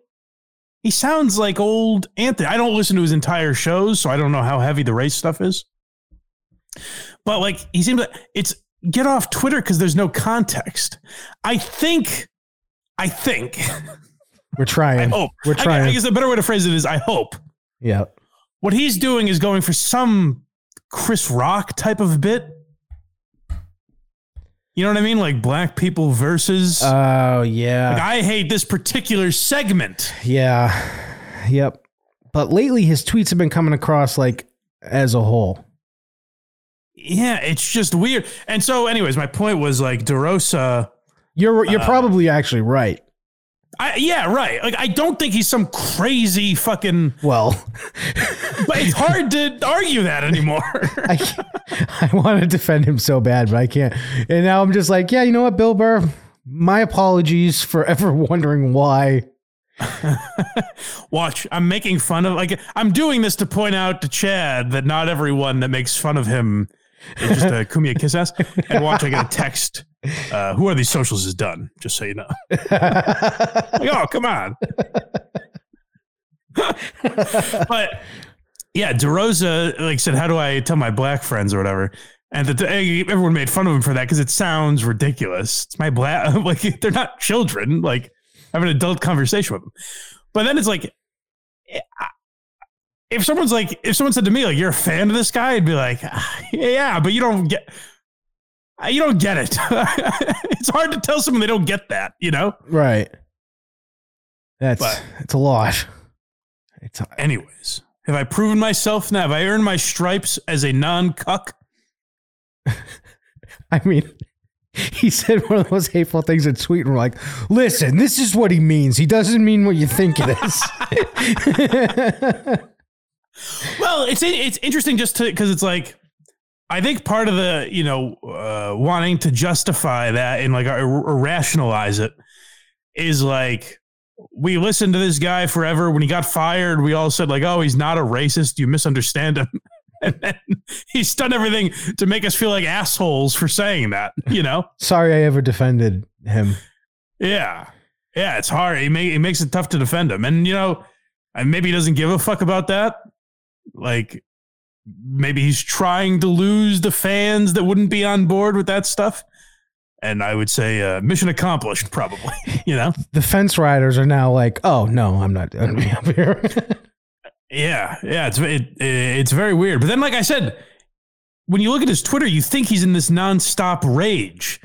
he sounds like old Anthony. I don't listen to his entire shows, so I don't know how heavy the race stuff is. But like, he seems like it's get off Twitter because there's no context. I think, I think,
we're
I
trying.
hope.
Mm. We're
I-
trying.
I guess the better way to phrase it is, I hope
yeah.
what he's doing is going for some Chris Rock type of bit. You know what I mean? Like black people versus.
Oh yeah.
like I hate this particular segment.
yeah. Yep. But lately his tweets have been coming across like as a whole.
Yeah, it's just weird. And so, anyways, my point was like DeRosa.
You're
Uh.
you're probably actually right.
I, yeah, right. Like I don't think he's some crazy fucking.
Well,
But it's hard to argue that anymore.
I can't- I want to defend him so bad, but I can't. And now I'm just like, yeah, you know what, Bill Burr? My apologies for ever wondering why.
Watch, I'm making fun of like I'm doing this to point out to Chad that not everyone that makes fun of him is just a Kumia kiss ass. And watch, I got a text. Uh, who are these socials is done? Just so you know. Like, oh, come on. but yeah, DeRosa like said, "How do I tell my black friends or whatever?" And the, eh, everyone made fun of him for that because it sounds ridiculous. It's my black like they're not children. Like have an adult conversation with them. But then it's like, eh, I- if someone's like, if someone said to me like, "You're a fan of this guy," I'd be like, "Ah, "Yeah, but you don't get." I- You don't get it. it's hard to tell someone they don't get that, you know?
Right. That's
But-
it's a lot. It's
Anyways, have I proven myself now? Have I earned my stripes as a non cuck?
I mean, he said one of those hateful things in Sweet, and we're like, listen, this is what he means. He doesn't mean what you think it is.
Well, it's it's interesting just to because it's like I think part of the you know uh, wanting to justify that and like or, or rationalize it is like we listened to this guy forever. When he got fired, we all said like, "Oh, he's not a racist. You misunderstand him." And then he's done everything to make us feel like assholes for saying that. You know?
Sorry I ever defended him.
Yeah, yeah. It's hard. It, may, it makes it tough to defend him, and you know, and maybe he doesn't give a fuck about that like maybe he's trying to lose the fans that wouldn't be on board with that stuff and i would say uh, mission accomplished probably you know
The fence riders are now like, oh, no, I'm not going to be up here.
yeah yeah it's it, it's very weird but then like i said when you look at his twitter you think he's in this nonstop rage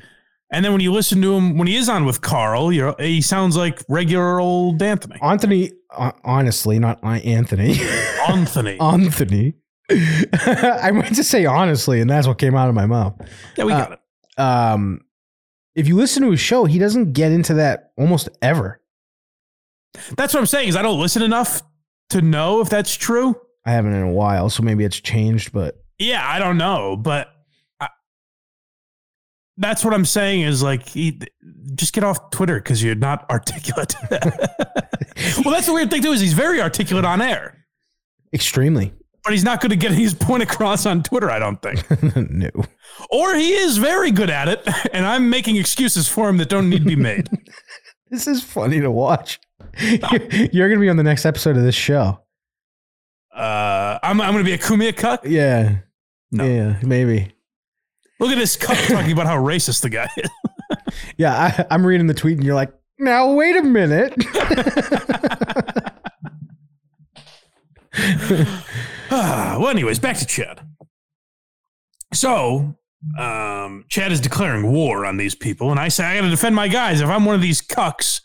and then when you listen to him when he is on with carl you're, he sounds like regular old anthony
Anthony, uh, honestly, not I- Anthony.
anthony
Anthony. I meant to say honestly, and that's what came out of my mouth.
yeah we got it
Um, if you listen to his show, he doesn't get into that almost ever.
that's what i'm saying is i don't listen enough to know if that's true
I haven't in a while, so maybe it's changed, but
Yeah, I don't know, but I, that's what I'm saying is like, he, just get off Twitter because you're not articulate. well, that's the weird thing too is he's very articulate on air,
extremely.
but he's not going to get his point across on Twitter. I don't think,
no.
or he is very good at it, and I'm making excuses for him that don't need to be made.
This is funny to watch. You're going to be on the next episode of this show.
Uh, I'm I'm going to be a Kumia cuck.
Yeah. Yeah, maybe.
Look at this cuck talking about how racist the guy is.
Yeah, I, I'm reading the tweet and you're like, now wait a minute.
Ah, well, anyways, back to Chad. So, um, Chad is declaring war on these people, and I say I got to defend my guys. If I'm one of these cucks,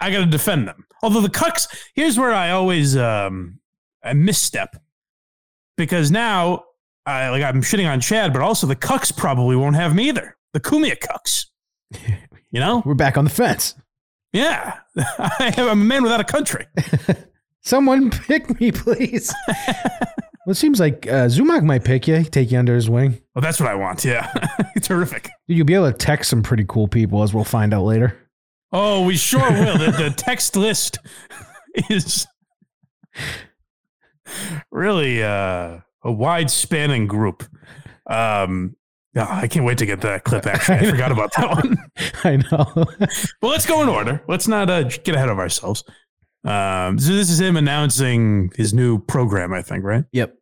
I got to defend them. Although the cucks, here's where I always um, I misstep because now I like I'm shitting on Chad, but also the cucks probably won't have me either. The Kumia cucks, you know?
We're back on the fence.
Yeah, I am a man without a country.
Someone pick me, please. well, it seems like uh, Zumak might pick you, take you under his wing.
Well, that's what I want. Yeah, terrific.
You'll be able to text some pretty cool people, as we'll find out later.
Oh, we sure will. The, the text list is really uh, a wide spanning group. Um, yeah, I can't wait to get that clip. Actually, I forgot about that one.
I know.
Well, let's go in order. Let's not uh, get ahead of ourselves. Um, so this is him announcing his new program. I think, right?
Yep.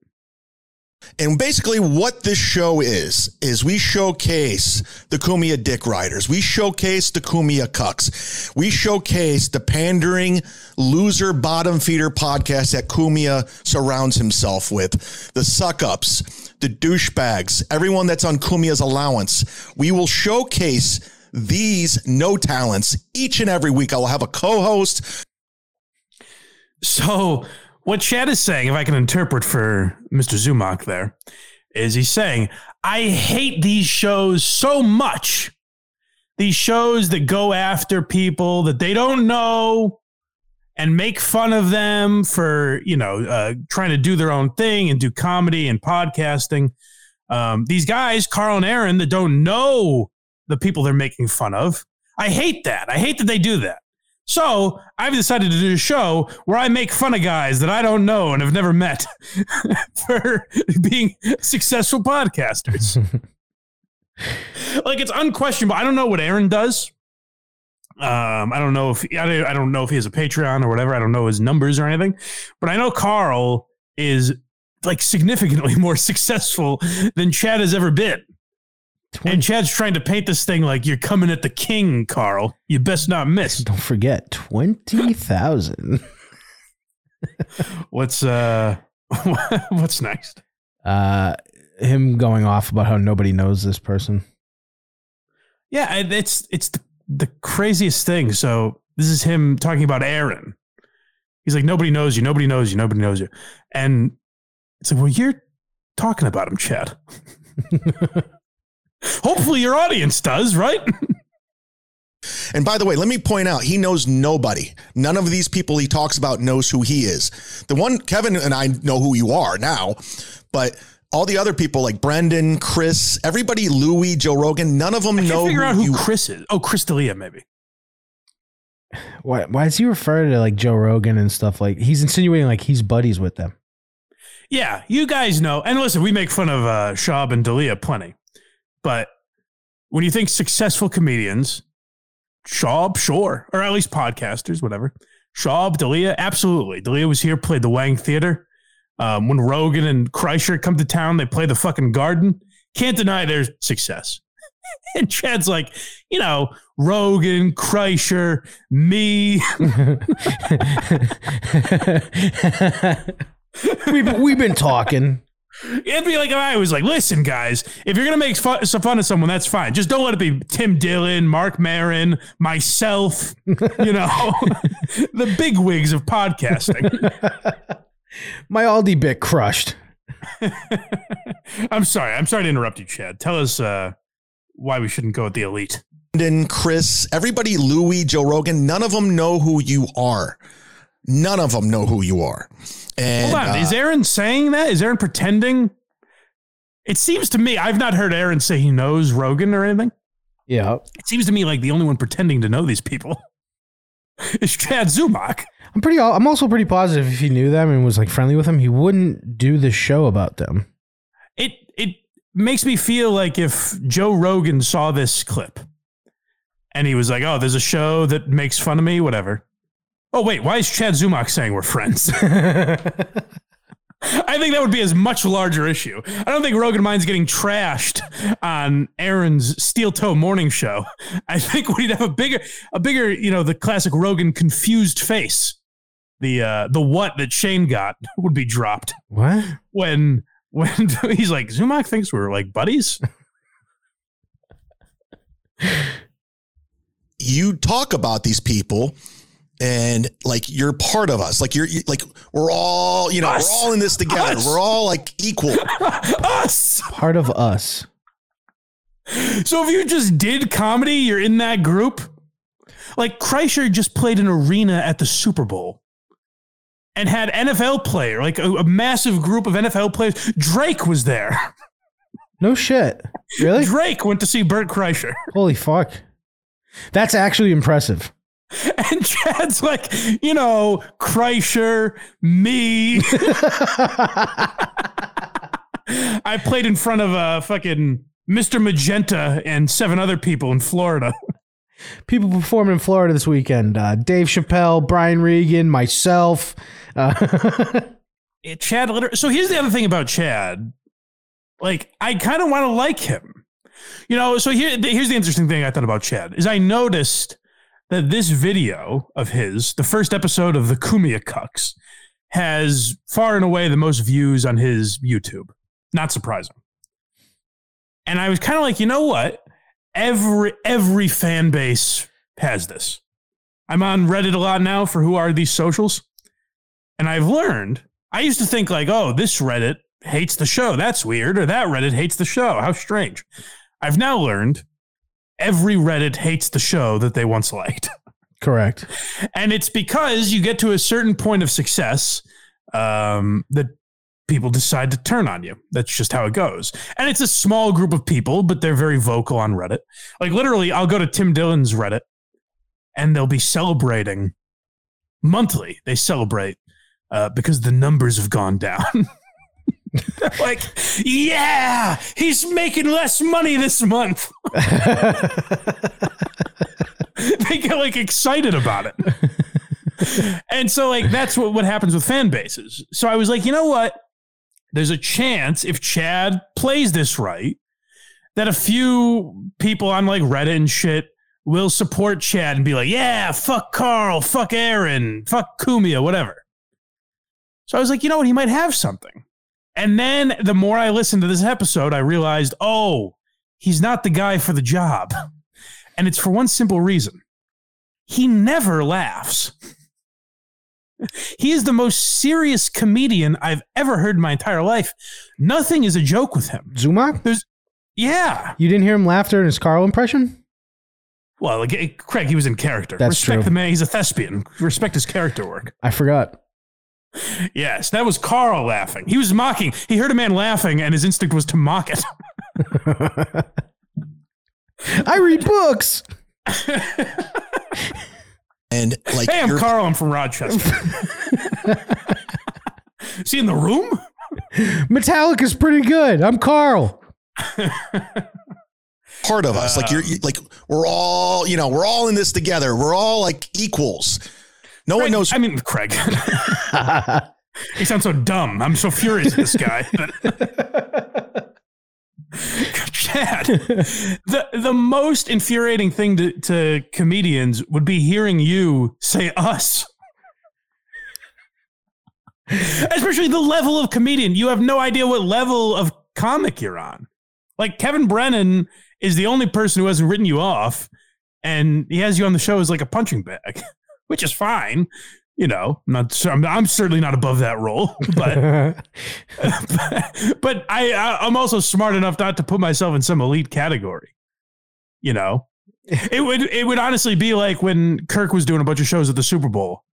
And basically, what this show is, is we showcase the Kumia dick riders. We showcase the Kumia cucks. We showcase the pandering loser bottom feeder podcast that Kumia surrounds himself with, the suck ups, the douchebags, everyone that's on Kumia's allowance. We will showcase these no talents each and every week. I will have a co host.
So, what Chad is saying, if I can interpret for Mr. Zumach there, is he's saying, I hate these shows so much. These shows that go after people that they don't know and make fun of them for, you know, uh, trying to do their own thing and do comedy and podcasting. Um, these guys, Carl and Aaron, that don't know the people they're making fun of. I hate that. I hate that they do that. So I've decided to do a show where I make fun of guys that I don't know and have never met for being successful podcasters. like it's unquestionable. I don't know what Aaron does. Um, I don't know if I don't, I don't know if he has a Patreon or whatever. I don't know his numbers or anything, but I know Carl is like significantly more successful than Chad has ever been. And Chad's trying to paint this thing like you're coming at the king, Carl. You best not miss.
Don't forget, 20,000.
What's uh what's next?
Uh, him going off about how nobody knows this person.
Yeah, and it's it's the, the craziest thing. So this is him talking about Aaron. He's like, nobody knows you, nobody knows you, nobody knows you, and it's like, well, you're talking about him, Chad. Hopefully, your audience does, right?
And by the way, let me point out, he knows nobody. None of these people he talks about knows who he is. The one, Kevin and I know who you are now, but all the other people like Brendan, Chris, everybody, Louie, Joe Rogan, none of them know
figure out
who
who
you
Chris is. Oh, Chris D'Elia, maybe.
Why why does he refer to like Joe Rogan and stuff like he's insinuating like he's buddies with them?
Yeah, you guys know. And listen, we make fun of uh, Shab and Delia plenty, but when you think successful comedians, Shab, sure, or at least podcasters, whatever. Shab, Delia, absolutely. Delia was here, played the Wang Theater. Um, when Rogan and Kreischer come to town, they play the fucking Garden. Can't deny their success. and Chad's like, you know, Rogan, Kreischer, me.
we've, we've been talking.
It'd be like if I was like, listen, guys, if you're gonna make fun, some fun of someone, that's fine. Just don't let it be Tim Dillon, Mark Marin, myself. You know, the big wigs of podcasting.
My Aldi bit crushed.
I'm sorry. I'm sorry to interrupt you, Chad. Tell us uh, why we shouldn't go with the elite.
Brendan, Chris, everybody, Louie, Joe Rogan, none of them know who you are. None of them know who you are. And
Hold on.
uh,
is Aaron saying that? Is Aaron pretending? It seems to me I've not heard Aaron say he knows Rogan or anything.
Yeah.
It seems to me like the only one pretending to know these people is Chad Zumach.
I'm pretty I'm also pretty positive if he knew them and was like friendly with them, he wouldn't do the show about them.
it it makes me feel like if Joe Rogan saw this clip and he was like, "Oh, there's a show that makes fun of me, whatever." Oh wait, why is Chad Zumach saying we're friends? I think that would be a much larger issue. I don't think Rogan Mind's getting trashed on Aaron's Steel Toe Morning Show. I think we'd have a bigger, a bigger, you know, the classic Rogan confused face. The uh, the what that Shane got would be dropped
What?
when when he's like Zumach thinks we're like buddies.
you talk about these people and like you're part of us like you're you- like we're all you know
Us.
we're all in this together
Us.
we're all like equal
Us.
Part of us.
So if you just did comedy, you're in that group. Like Kreischer just played an arena at the Super Bowl and had NFL player, like a, a massive group of NFL players. Drake was there.
No shit. Really?
Drake went to see Burt Kreischer.
Holy fuck. That's actually impressive.
And Chad's like, you know, Kreischer, me. I played in front of a fucking Mr. Magenta and seven other people in Florida.
People performing in Florida this weekend. Uh, Dave Chappelle, Brian Regan, myself. Uh,
it- Chad literally. So here's the other thing about Chad. Like, I kind of want to like him. You know, so here, here's the interesting thing I thought about Chad is I noticed that this video of his, the first episode of the Kumia Cucks, has far and away the most views on his YouTube. Not surprising. And I was kind of like, you know what? Every every fan base has this. I'm on Reddit a lot now for who are these socials. And I've learned, I used to think like, oh, this Reddit hates the show. That's weird. Or that Reddit hates the show. How strange. I've now learned every Reddit hates the show that they once liked.
Correct.
And it's because you get to a certain point of success um, that people decide to turn on you. That's just how it goes. And it's a small group of people, but they're very vocal on Reddit. Like literally, I'll go to Tim Dillon's Reddit and they'll be celebrating monthly. They celebrate uh, because the numbers have gone down. like, yeah, he's making less money this month. they get like excited about it. and so like that's what, what happens with fan bases. So I was like, you know what? There's a chance if Chad plays this right, that a few people on like Reddit and shit will support Chad and be like, yeah, fuck Carl, fuck Aaron, fuck Kumia, whatever. So I was like, you know what? He might have something. And then the more I listened to this episode, I realized, oh, he's not the guy for the job. And it's for one simple reason he never laughs. He is the most serious comedian I've ever heard in my entire life. Nothing is a joke with him.
Zumach?
There's Yeah.
You didn't hear him laugh during his Carl impression?
Well, like, eh, Craig, he was in character.
That's
Respect
true.
the man. He's a thespian. Respect his character work.
I forgot.
Yes, that was Carl laughing. He was mocking. He heard a man laughing, and his instinct was to mock it.
I read books.
And like,
hey, I'm
you're-
Carl. I'm from Rochester. Is he in the room?
Metallica's pretty good. I'm Carl.
part of us. like you're
Uh.
you- like we're all you know we're all in this together. We're all like equals. No one knows. I
mean, Craig. He sounds so dumb. I'm so furious at this guy. But- Chad, the the most infuriating thing to, to comedians would be hearing you say us. Especially the level of comedian. You have no idea what level of comic you're on. Like Kevin Brennan is the only person who hasn't written you off, and he has you on the show as like a punching bag, which is fine. You know, I'm not. I'm, I'm certainly not above that role, but but I, I I'm also smart enough not to put myself in some elite category. You know, it would it would honestly be like when Kirk was doing a bunch of shows at the Super Bowl.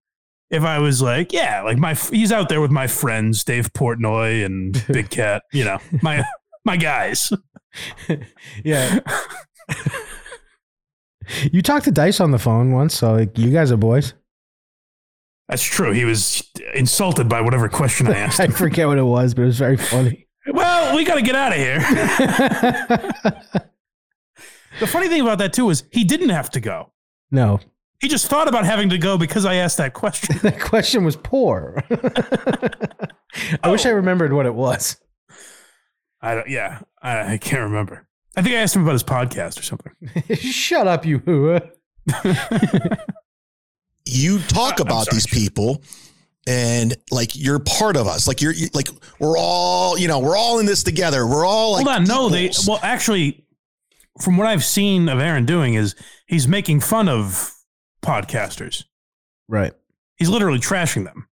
If I was like, yeah, like my he's out there with my friends Dave Portnoy and Big Cat, you know, my my guys.
yeah. you talked to Dice on the phone once, so like you guys are boys.
That's true. He was insulted by whatever question I asked.
I forget what it was, but it was very funny.
well, we got to get out of here. the funny thing about that too is he didn't have to go.
No,
He just thought about having to go because I asked that question.
that question was poor. I wish I remembered what it was.
I don't, yeah, I, I can't remember. I think I asked him about his podcast or something.
Shut up, you hoo.
you
Uh,
talk about these people and like you're part of us like you're you- like we're all you know we're all in this together we're all like
Hold on, no, they
equals.
well actually, from what I've seen of Aaron doing is he's making fun of podcasters.
Right.
He's literally trashing them.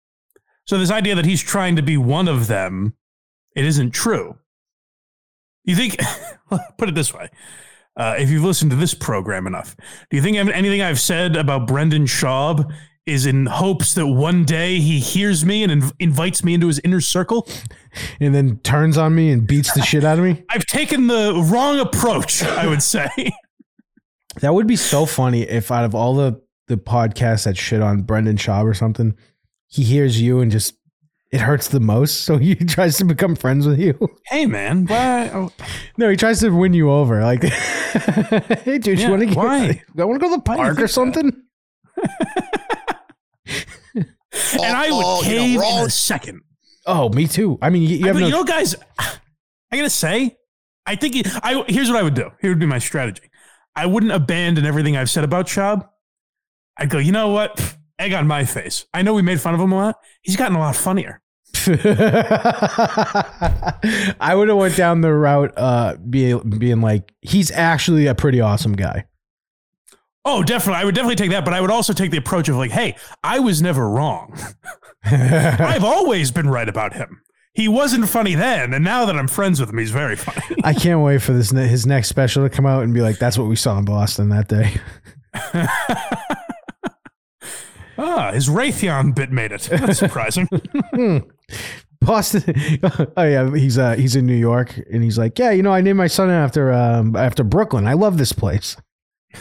So this idea that he's trying to be one of them, it isn't true. You think? put it this way: uh, if you've listened to this program enough, do you think anything I've said about Brendan Schaub is in hopes that one day he hears me and inv- invites me into his inner circle?
And then turns on me and beats the shit out of me.
I've taken the wrong approach, I would say.
That would be so funny if out of all the the podcasts that shit on Brendan Schaub or something, he hears you and just it hurts the most, so he tries to become friends with you.
hey, man, why? oh,
No, he tries to win you over. Like, hey, dude,
Yeah,
you want to get?
why?
I want to go to the
do you
park
think
or something.
and I would
oh, you know,
cave
we're all-
in a second.
Oh, me too. I mean, you, you
I-
have
but
no.
you know, guys, I gotta say, I think he- I here's what I would do. Here would be my strategy. I wouldn't abandon everything I've said about Shab. I'd go, you know what? Pfft, Egg on my face. I know we made fun of him a lot. He's gotten a lot funnier.
I would have went down the route, uh, being being like, he's actually a pretty awesome guy.
Oh, definitely. I would definitely take that, but I would also take the approach of like, hey, I was never wrong. I've always been right about him. He wasn't funny then, and now that I'm friends with him, he's very funny.
I can't wait for this ne- his next special to come out and be like, that's what we saw in Boston that day.
Ah, his Raytheon bit made it. That's surprising.
Hmm. Boston. oh yeah, he's uh, he's in New York, and he's like, yeah, you know, I named my son after um, after Brooklyn. I love this place.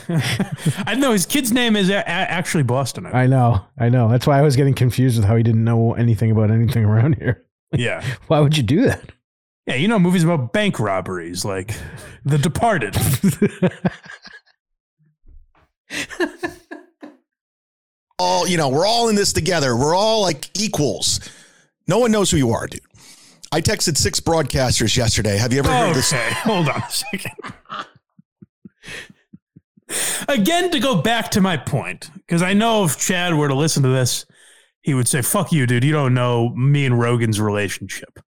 I know his kid's name is a- a- actually Boston. I think.
I know, I know. That's why I was getting confused with how he didn't know anything about anything around here.
yeah.
Why would you do that?
Yeah, you know movies about bank robberies like The Departed.
all you know we're all in this together we're all like equals no one knows who you are dude i texted six broadcasters yesterday have you ever
Oh,
heard this
okay, hold on a second. Again, to go back to my point, because I know if Chad were to listen to this, he would say, fuck you, dude. You don't know me and Rogan's relationship.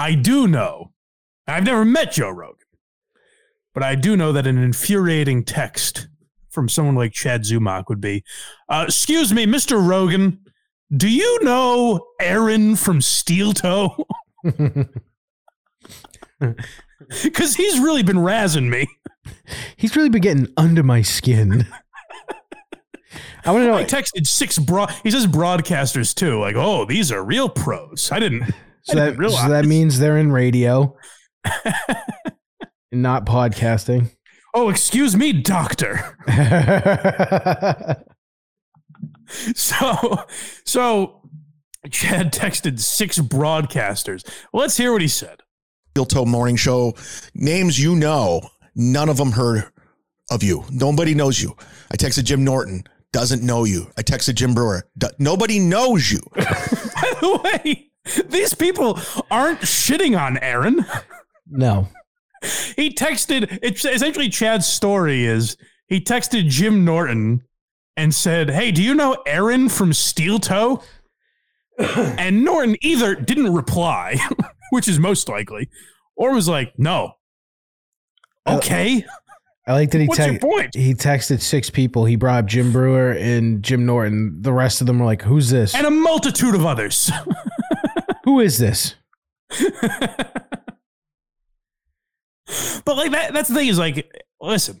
I do know. I've never met Joe Rogan, but I do know that an infuriating text from someone like Chad Zumach would be, uh, excuse me, Mr. Rogan, do you know Aaron from Steel Toe? Because he's really been razzing me.
He's really been getting under my skin.
I want to know. I texted six broad. He says broadcasters too. Like, oh, these are real pros. I didn't.
So
I didn't
that,
realize.
so that means they're in radio, and not podcasting.
oh, excuse me, doctor. So, so Chad texted six broadcasters. Let's hear what he said.
Heel Toe Morning Show, names you know, none of them heard of you. Nobody knows you. I texted Jim Norton, doesn't know you. I texted Jim Brewer, do- nobody knows you.
By the way, these people aren't shitting on Aaron.
No.
He texted, it's essentially Chad's story is he texted Jim Norton and said, Hey, do you know Aaron from Steel Toe? and Norton either didn't reply, which is most likely, or was like, No. Okay.
I like that he
What's your
tex-
point?
he texted six people. He brought up Jim Brewer and Jim Norton. The rest of them were like, "Who's this?
And a multitude of others.
Who is this?"
But like that, that's the thing is like, listen,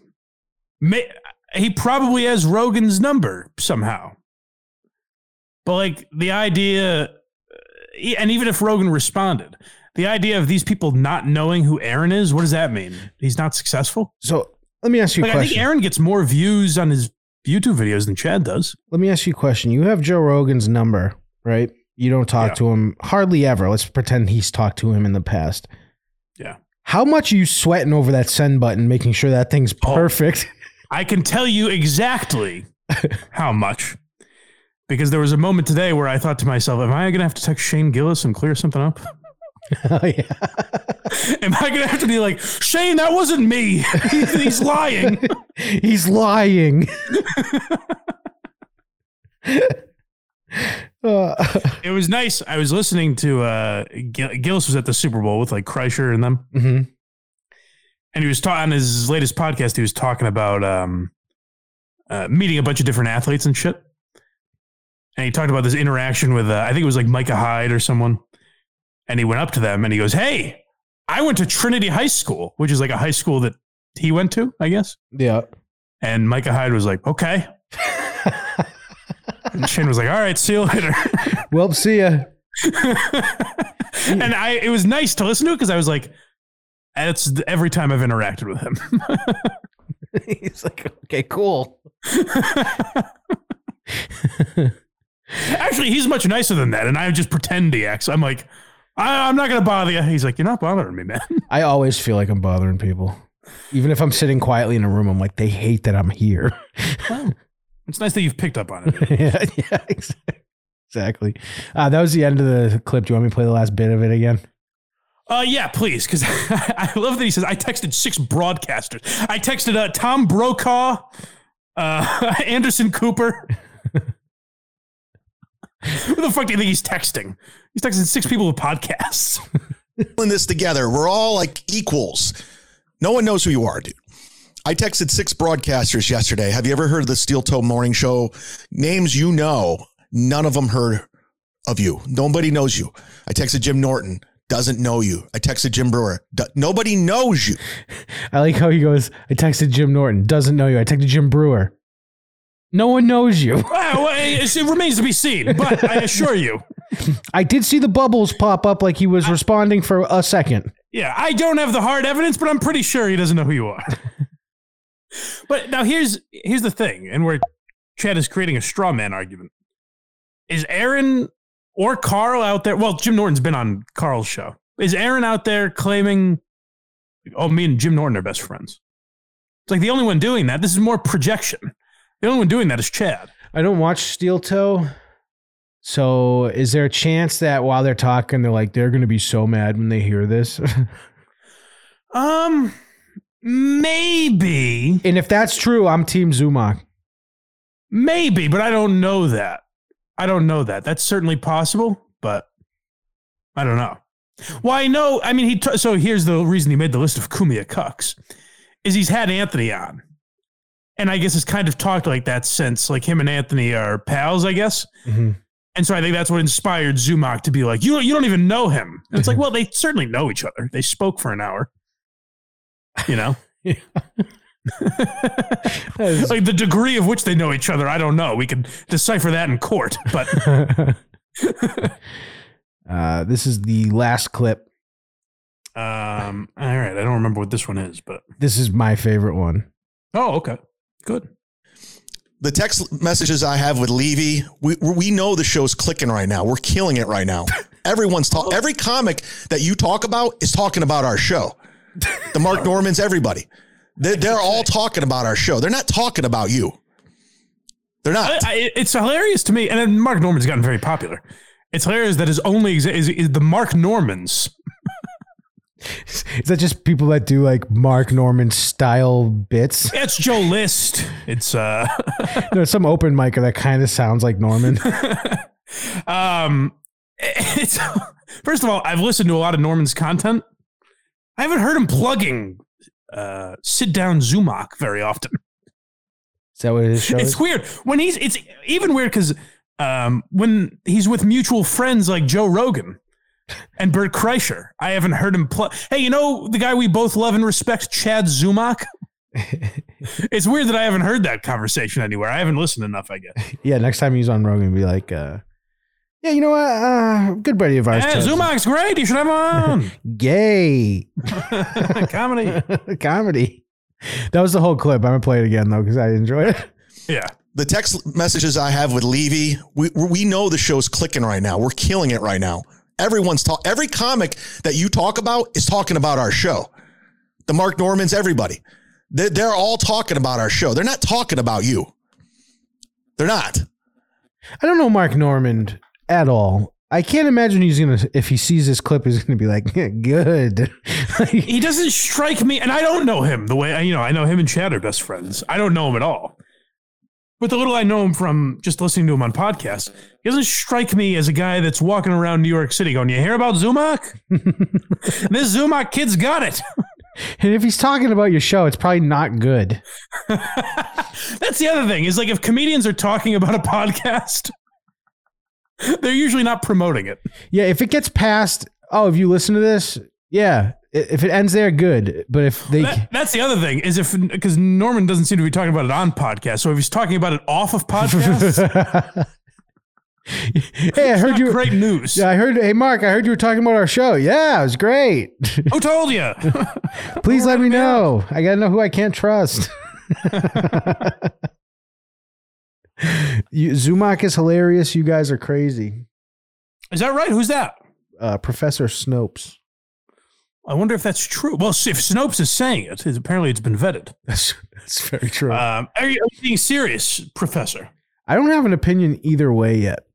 may, he probably has Rogan's number somehow. But like the idea, e- and even if Rogan responded, the idea of these people not knowing who Aaron is, what does that mean? He's not successful.
So let me ask you a
Like I think
question.
Aaron gets more views on his YouTube videos than Chad does.
Let me ask you a question. You have Joe Rogan's number, right? You don't talk to him hardly ever. Let's pretend he's talked to him in the past.
Yeah.
How much are you sweating over that send button, making sure that thing's
Oh.
perfect?
I can tell you exactly how much. Because there was a moment today where I thought to myself, am I going to have to text Shane Gillis and clear something up?
Oh,
Am I going to have to be like, Shane, that wasn't me? He's- He's lying.
he's lying. Uh,
It was nice. I was listening to uh, Gil- Gillis was at the Super Bowl with like Kreischer and them.
mhm.
and he was ta- on his latest podcast. He was talking about um, uh, meeting a bunch of different athletes and shit. And he talked about this interaction with uh, I think it was like Micah Hyde or someone. And he went up to them and he goes, "Hey, I went to Trinity High School, which is like a high school that he went to, I guess."
Yeah.
And Micah Hyde was like, "Okay." and Shane was like, "All right, see you later."
Well, see ya.
and I, it was nice to listen to it because I was like, "That's th- every time I've interacted with him."
He's like, okay, cool.
Actually, he's much nicer than that, and I just pretend he acts. I'm like, I, I'm not gonna bother you. He's like, you're not bothering me, man.
I always feel like I'm bothering people. Even if I'm sitting quietly in a room, I'm like, they hate that I'm here.
It's nice that you've picked up on it.
yeah, yeah, ex- exactly. Uh, that was the end of the clip. Do you want me to play the last bit of it again?
Uh, yeah, please, because I love that he says I texted six broadcasters. I texted uh, Tom Brokaw, uh, Anderson Cooper. Who the fuck do you think he's texting? He's texting six people with podcasts.
in this together. We're all like equals. No one knows who you are, dude. I texted six broadcasters yesterday. Have you ever heard of the Steel Toe Morning Show? Names you know, none of them heard of you. Nobody knows you. I texted Jim Norton, doesn't know you. I texted Jim Brewer, do- nobody knows you.
I like how he goes, I texted Jim Norton, doesn't know you. I texted Jim Brewer. No one knows you.
Well, it, it remains to be seen, but I assure you,
I did see the bubbles pop up like he was responding for a second.
Yeah, I don't have the hard evidence, but I'm pretty sure he doesn't know who you are. but now here's here's the thing, and where Chad is creating a straw man argument. Is Aaron or Carl out there? Well, Jim Norton's been on Carl's show. Is Aaron out there claiming, oh, me and Jim Norton are best friends? It's like the only one doing that. This is more projection. The only one doing that is Chad.
I don't watch Steel Toe. So is there a chance that while they're talking, they're like, they're going to be so mad when they hear this?
Um, maybe.
and if that's true, I'm Team Zumach.
Maybe, but I don't know that. I don't know that. That's certainly possible, but I don't know. Well, I know. I mean, he. T- so here's the reason he made the list of Kumia cucks, is he's had Anthony on, and I guess it's kind of talked like that since like him and Anthony are pals, I guess.
Mm-hmm.
And so I think that's what inspired Zumach to be like, you you don't even know him. And it's like, well, they certainly know each other. They spoke for an hour. You know? like the degree of which they know each other, I don't know. We can decipher that in court, but
Uh, this is the last clip.
um all right, I don't remember what this one is, but
This is my favorite one.
Oh, okay. Good.
The text messages I have with Levy, we, we know the show's clicking right now. We're killing it right now. Everyone's talk. Every comic that you talk about is talking about our show. The Mark Normans, everybody. They're, they're all talking about our show. They're not talking about you. They're not.
I, I- it's hilarious to me, and then Mark Norman's gotten very popular. It's hilarious that his only exa- is, is the Mark Normans.
Is that just people that do like Mark Norman style bits?
It's Joe List. It's uh,
There's some open micer that kind of sounds like Norman.
um, it's first of all, I've listened to a lot of Norman's content. I haven't heard him plugging uh, sit down Zumach very often.
Is that what his show
It's
is?
weird when he's. It's even weird because um, when he's with mutual friends like Joe Rogan and Bert Kreischer, I haven't heard him play. Hey, you know the guy we both love and respect, Chad Zumach. it's weird that I haven't heard that conversation anywhere. I haven't listened enough. I guess.
Yeah, next time he's on Rogan, be like, uh, yeah, you know what? Uh, good buddy of ours.
Hey,
Chad-
Zumach's great. You should have him on.
Gay.
Comedy.
Comedy. That was the whole clip. I'm going to play it again, though, because I enjoy it.
Yeah.
The text messages I have with Levy, we, we know the show's clicking right now. We're killing it right now. Everyone's talk. Every comic that you talk about is talking about our show. The Mark Normans, everybody. They're, they're all talking about our show. They're not talking about you. They're not.
I don't know Mark Norman at all. I can't imagine he's going to, if he sees this clip, he's going to be like, good.
he doesn't strike me, and I don't know him the way I, you know. I know him and Chad are best friends. I don't know him at all. But the little I know him from just listening to him on podcasts, he doesn't strike me as a guy that's walking around New York City going, "You hear about Zumach? this Zumach kid's got it."
And if he's talking about your show, it's probably not good.
That's the other thing is like if comedians are talking about a podcast, they're usually not promoting it.
Yeah, if it gets past, oh, if you listen to this, yeah. I- If it ends there, good. But if they,
That- that's the other thing is if because Norman doesn't seem to be talking about it on podcasts. So if he's talking about it off of podcasts,
hey, I heard you.
great news.
Yeah, I heard. Hey, Mark, I heard you were talking about our show. Yeah, it was great.
who told you?
Please let me know. I gotta know who I can't trust. you, Zumak is hilarious. You guys are crazy.
Is that right? Who's that?
Uh, Professor Snopes.
I wonder if that's true. Well, if Snopes is saying it, it's- apparently it's been vetted.
That's that's very true.
Um, are, you, are you being serious, Professor?
I don't have an opinion either way yet.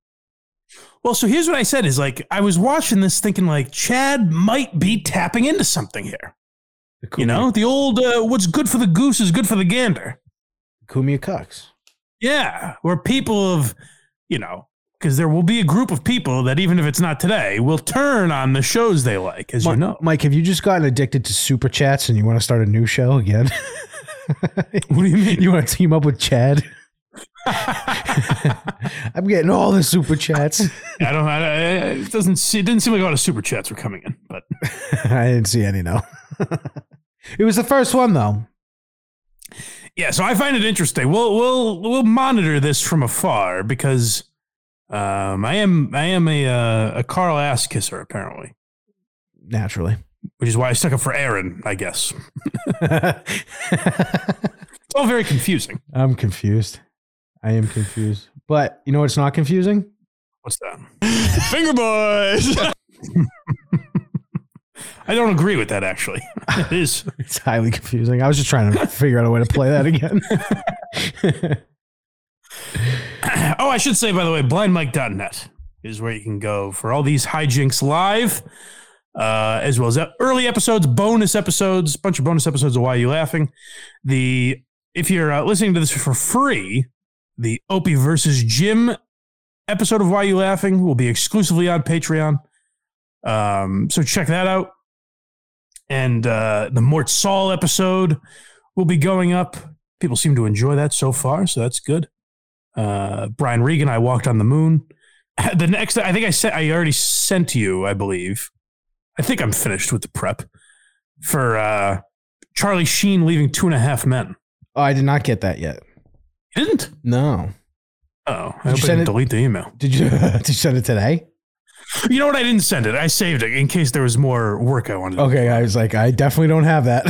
Well, so here's what I said: is like I was watching this, thinking like Chad might be tapping into something here. You know, the old uh, "what's good for the goose is good for the gander."
Kumia Cox.
Yeah, where people of, you know, because there will be a group of people that even if it's not today, will turn on the shows they like, as
Mi-
you know.
Mike, have you just gotten addicted to super chats and you want to start a new show again?
what do you mean?
You want to team up with Chad? I'm getting all the super chats.
I don't. I, I, it doesn't. se- It didn't seem like a lot of super chats were coming in, but
I didn't see any no. it was the first one though.
Yeah, so I find it interesting. We'll we'll we'll monitor this from afar because um, I am I am a uh, a Carl ass kisser apparently,
Naturally.
which is why I stuck up for Aaron, I guess. it's all very confusing.
I'm confused. I am confused. But you know what's not confusing?
What's that?
Finger boys.
I don't agree with that actually. it is.
It's highly confusing. I was just trying to figure out a way to play that again.
Oh, I should say by the way, blindmike.net is where you can go for all these hijinks live, uh, as well as early episodes, bonus episodes, bunch of bonus episodes of Why Are You Laughing. The if you're uh, listening to this for free, the Opie versus Jim episode of Why You Laughing will be exclusively on Patreon. Um, so check that out. And uh, the Mort Saul episode will be going up. People seem to enjoy that so far, so that's good. Uh, Brian Regan, I walked on the moon. The next, I think I said I already sent you. I believe. I think I'm finished with the prep for uh, Charlie Sheen leaving Two and a Half Men.
Oh, I did not get that yet.
You didn't?
No.
Oh,
Did you
I hope I
send
didn't
it-
delete the email.
Did you did you send it today?
You know what? I didn't send it. I saved it in case there was more work I wanted. to
Okay, I was like, I definitely don't have that.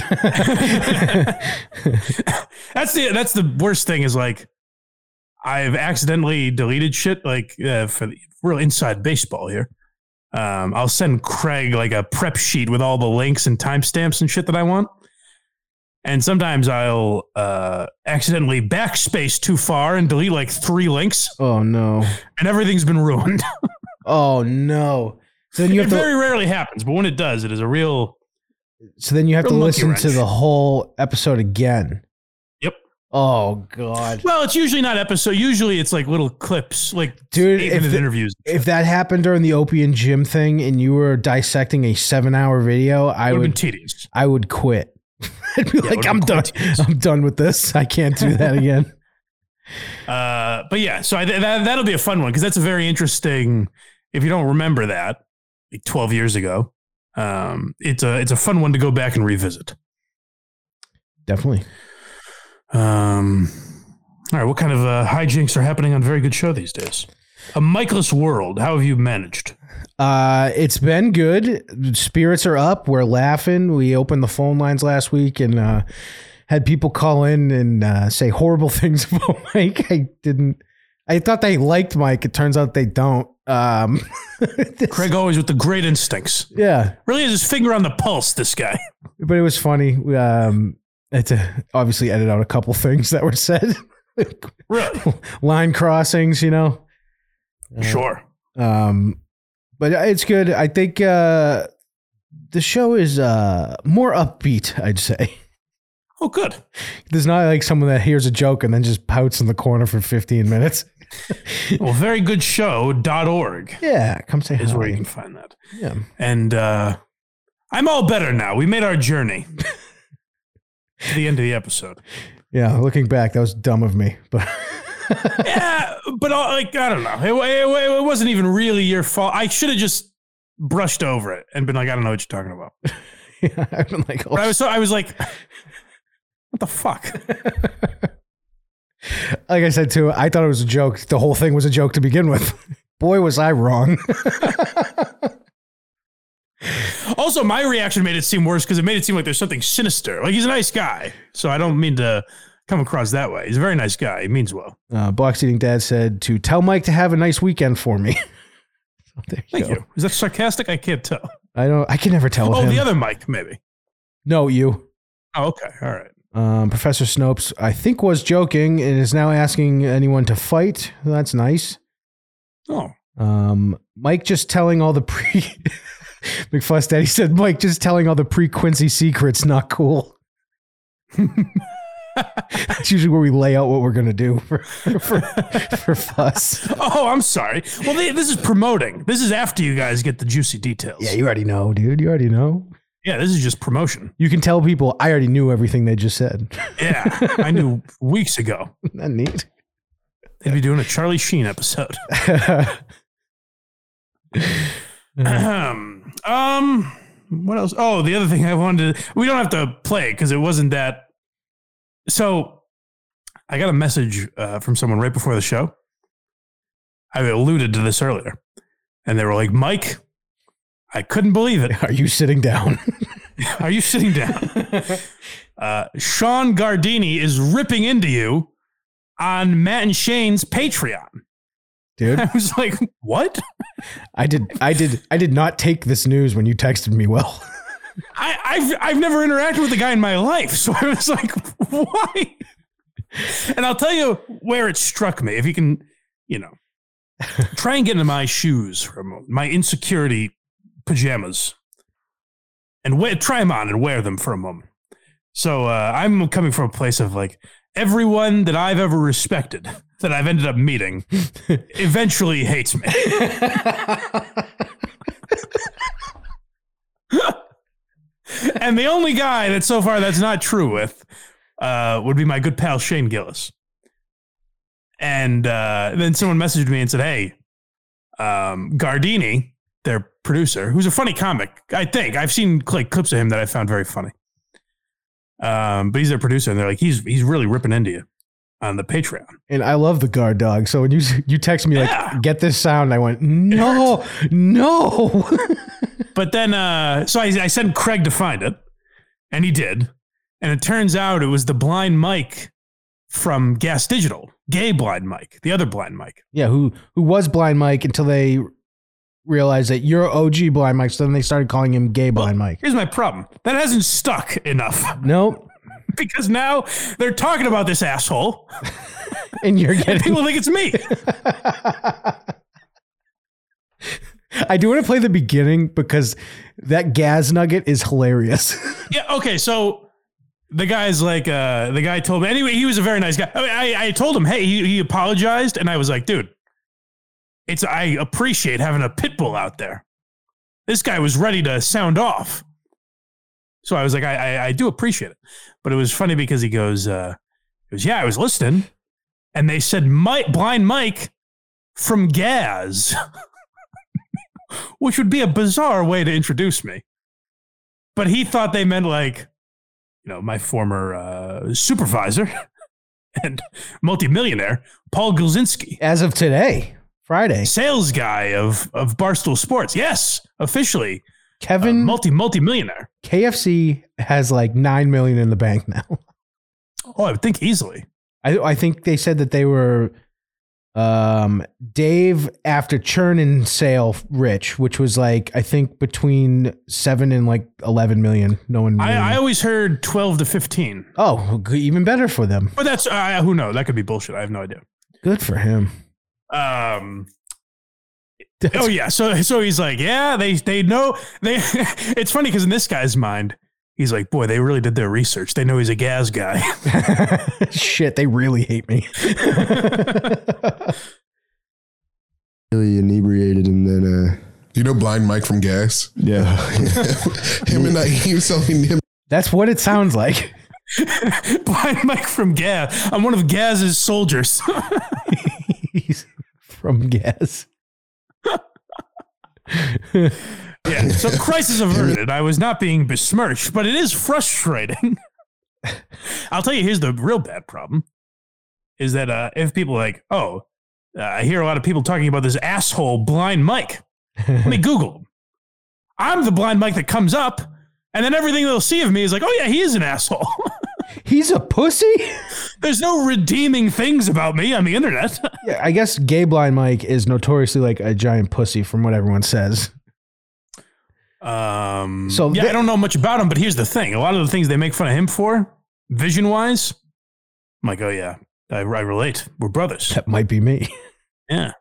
That's the that's the worst thing is like I've accidentally deleted shit like uh, for the, real inside baseball here. Um, I'll send Craig like a prep sheet with all the links and timestamps and shit that I want. And sometimes I'll uh, accidentally backspace too far and delete like three links,
oh no.
and everything's been ruined.
Oh no. So then you
it
have to
very rarely happens, but when it does, it is a real.
so then you have to
Real monkey
listen to
wrench.
the whole episode again.
Yep.
Oh god.
Well, it's usually not episode. Usually, it's like little clips, like
Dude,
eight
if
minute
the-
interviews.
If that happened during the Opium Gym thing and you were dissecting a 7-hour video, I
Would've been
would
tedious.
I would quit. I'd be like I'm done. I'm done with this. I can't do that again.
Uh, but yeah, so I, that that'll be a fun one because that's a very interesting. If you don't remember that, like twelve years ago, um, it's a it's a fun one to go back and revisit.
Definitely.
Um, all right, what kind of uh, hijinks are happening on very good show these days? A Michaelis world. How have you managed?
Uh, it's been good. Spirits are up. We're laughing. We opened the phone lines last week and uh, had people call in and uh, say horrible things about Mike. I didn't. I thought they liked Mike. It turns out they don't. Um,
Craig always with the great instincts.
yeah,
Really is his finger on the pulse. This guy.
but it was funny. We, Um, I had to obviously edit out a couple things that were said.
Really?
Line crossings, you know. Uh,
Sure.
Um, but it's good. I think uh, the show is uh, more upbeat. I'd say
Oh, good.
there's not like someone that hears a joke and then just pouts in the corner for 15 minutes.
Well, very good show.org
Yeah, come say
is
hi.
where you can find that.
Yeah,
And uh, I'm all better now. We made our journey to the end of the episode.
yeah. Looking back, that was dumb of me, but
yeah, but uh, like I don't know, it, wa- it, wa- it wasn't even really your fault. I should have just brushed over it and been like, I don't know what you're talking about.
I've been like, oh,
But I was so I was like, what the fuck?
like I said too, I thought it was a joke. The whole thing was a joke to begin with. Boy, was I wrong.
Also, my reaction made it seem worse because it made it seem like there's something sinister. Like he's a nice guy, so I don't mean to come across that way. He's a very nice guy. He means well.
Uh, Box Eating Dad said to tell Mike to have a nice weekend for me. So there you
Thank
go.
you. Is that sarcastic? I can't tell.
I don't. I can never tell
Oh,
him.
the other mic, maybe.
no, you.
Oh, okay. All right.
Um, Professor Snopes, I think, was joking and is now asking anyone to fight. That's nice.
Oh,
Um, Mike just telling all the pre. McFuss Daddy said Mike just telling all the pre Quincy secrets. Not cool. That's usually where we lay out what we're gonna do for for, for fuss.
Oh, I'm sorry. Well, they, this is promoting. This is after you guys get the juicy details.
Yeah, you already know, dude. You already know.
Yeah, this is just promotion.
You can tell people I already knew everything they just said.
Yeah, I knew weeks ago
Isn't that neat?
they'd be doing a Charlie Sheen episode.
Uh-huh.
Ahem. um, what else? Oh, the other thing I wanted to, we don't have to play because it wasn't that. So I got a message uh, from someone right before the show. I alluded to this earlier, and they were like, Mike, I couldn't believe it.
Are you sitting down?
Are you sitting down? Uh, Sean Gardini is ripping into you on Matt and Shane's Patreon.
Dude,
I was like, what?
I did I did I did not take this news when you texted me well.
I, I've I've never interacted with a guy in my life, so I was like, why? And I'll tell you where it struck me. If you can, you know, try and get into my shoes for a moment, my insecurity pajamas, and wear, try them on and wear them for a moment. So uh, I'm coming from a place of like everyone that I've ever respected that I've ended up meeting eventually hates me. and the only guy that so far that's not true with uh, would be my good pal Shane Gillis. And uh, then someone messaged me and said, "Hey, um, Gardini, their producer, who's a funny comic, I think I've seen like clips of him that I found very funny, Um, but he's their producer, and they're like, he's he's really ripping into you on the Patreon.
And I love the guard dog. So when you you text me like get this sound, I went no, no.
But then, uh, so I, I sent Craig to find it, and he did. And it turns out it was the blind Mike from Gas Digital, gay blind Mike, the other blind Mike.
yeah, who who was Blind Mike until they realized that you're OG Blind Mike. So then they started calling him Gay Blind Mike.
Here's my problem that hasn't stuck enough
Nope.
because now they're talking about this asshole,
And you're
and
getting.
people think it's me.
I do want to play the beginning because that Gaz nugget is hilarious.
Yeah. Okay. So the guy's like, uh, the guy told me anyway, he was a very nice guy. I, mean, I, I told him, Hey, he, he apologized. And I was like, dude, it's, I appreciate having a pit bull out there. This guy was ready to sound off. So I was like, I, I, I do appreciate it. But it was funny because he goes, uh, he goes, yeah, I was listening. And they said, Mike, blind Mike from Gaz, which would be a bizarre way to introduce me but he thought they meant like you know my former uh, supervisor and multimillionaire paul gulzinski
as of today friday
sales guy of of barstool sports yes officially uh,
Kevin
multi multimillionaire
KFC has like nine million in the bank now.
oh i would think easily
I I think they said that they were um Dave after churn and sale rich, which was like I think between seven and like eleven million. No one. really-
I, I always heard 12 to 15
oh, g- even better for them.
but that's uh, who knows that could be bullshit i have no idea
Good for him.
um oh yeah so so he's like yeah they they know they it's funny because in this guy's mind he's like boy they really did their research they know he's a gas guy
Shit, they really hate me.
really inebriated and then uh
you know blind mike from gas
yeah
him and i he was telling him
That's what it sounds like.
Blind Mike from Gaz. I'm one of Gaz's soldiers.
from Gaz.
yeah. So crisis averted. I was not being besmirched, but it is frustrating. I'll tell you. Here's the real bad problem: is that uh, if people are like, oh, uh, I hear a lot of people talking about this asshole blind Mike. Let me Google. him. I'm the blind Mike that comes up, and then everything they'll see of me is like, oh yeah, he is an asshole.
He's a pussy.
There's no redeeming things about me on the internet.
Yeah, I guess gay blind Mike is notoriously like a giant pussy from what everyone says.
Um,
So
so yeah,
they-
I don't know much about him, but here's the thing: a lot of the things they make fun of him for, vision wise, I'm like, oh yeah, I, I relate. We're brothers.
That might be me.
Yeah,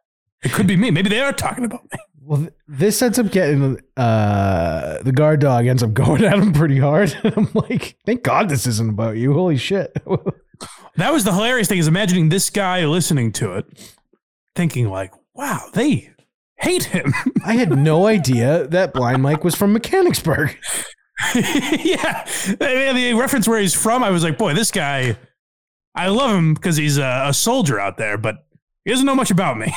it could be me. Maybe they are talking about me.
Well, th- this ends up getting uh, the guard dog ends up going at him pretty hard. And I'm like, thank God this isn't about you. Holy shit.
That was the hilarious thing: is imagining this guy listening to it, thinking like, wow, they hate him.
I had no idea that Blind Mike was from Mechanicsburg.
yeah, the the reference where he's from, I was like, boy, this guy. I love him because he's a, a soldier out there, but he doesn't know much about me.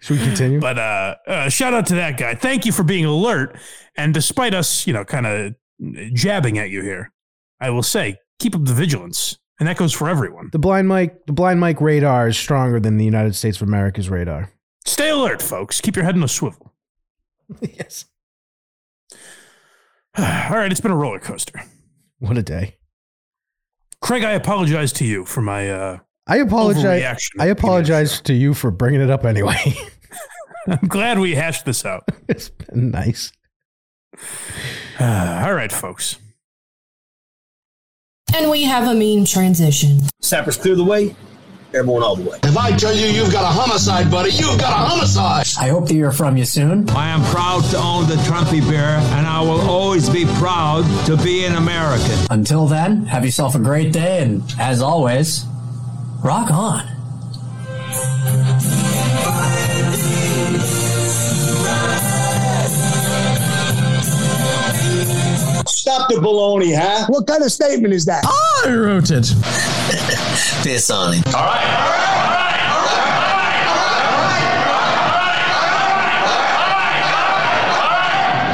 Should we continue?
But uh, uh, shout out to that guy. Thank you for being alert. And despite us, you know, kind of jabbing at you here, I will say keep up the vigilance, and that goes for everyone.
The Blind Mike, the Blind Mike radar is stronger than the United States of America's radar.
Stay alert, folks. Keep your head in a swivel.
yes.
All right, it's been a roller coaster.
What a day.
Craig, I apologize to you for my. Uh,
I apologize.
Overreaction.
I apologize to you for bringing it up anyway.
I'm glad we hashed this out.
it's been nice.
Uh, all right, folks.
And we have a mean transition.
Sappers clear the way, airborne all the way. If I tell you you've got a homicide, buddy, you've got a homicide.
I hope to hear from you soon.
I am proud to own the Trumpy Bear, and I will always be proud to be an American.
Until then, have yourself a great day, and as always, rock on.
Stop the baloney, huh? What kind of statement is that? I wrote it. Piss on it. All right.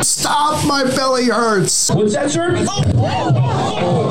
Stop
My belly hurts.
What's that, sir?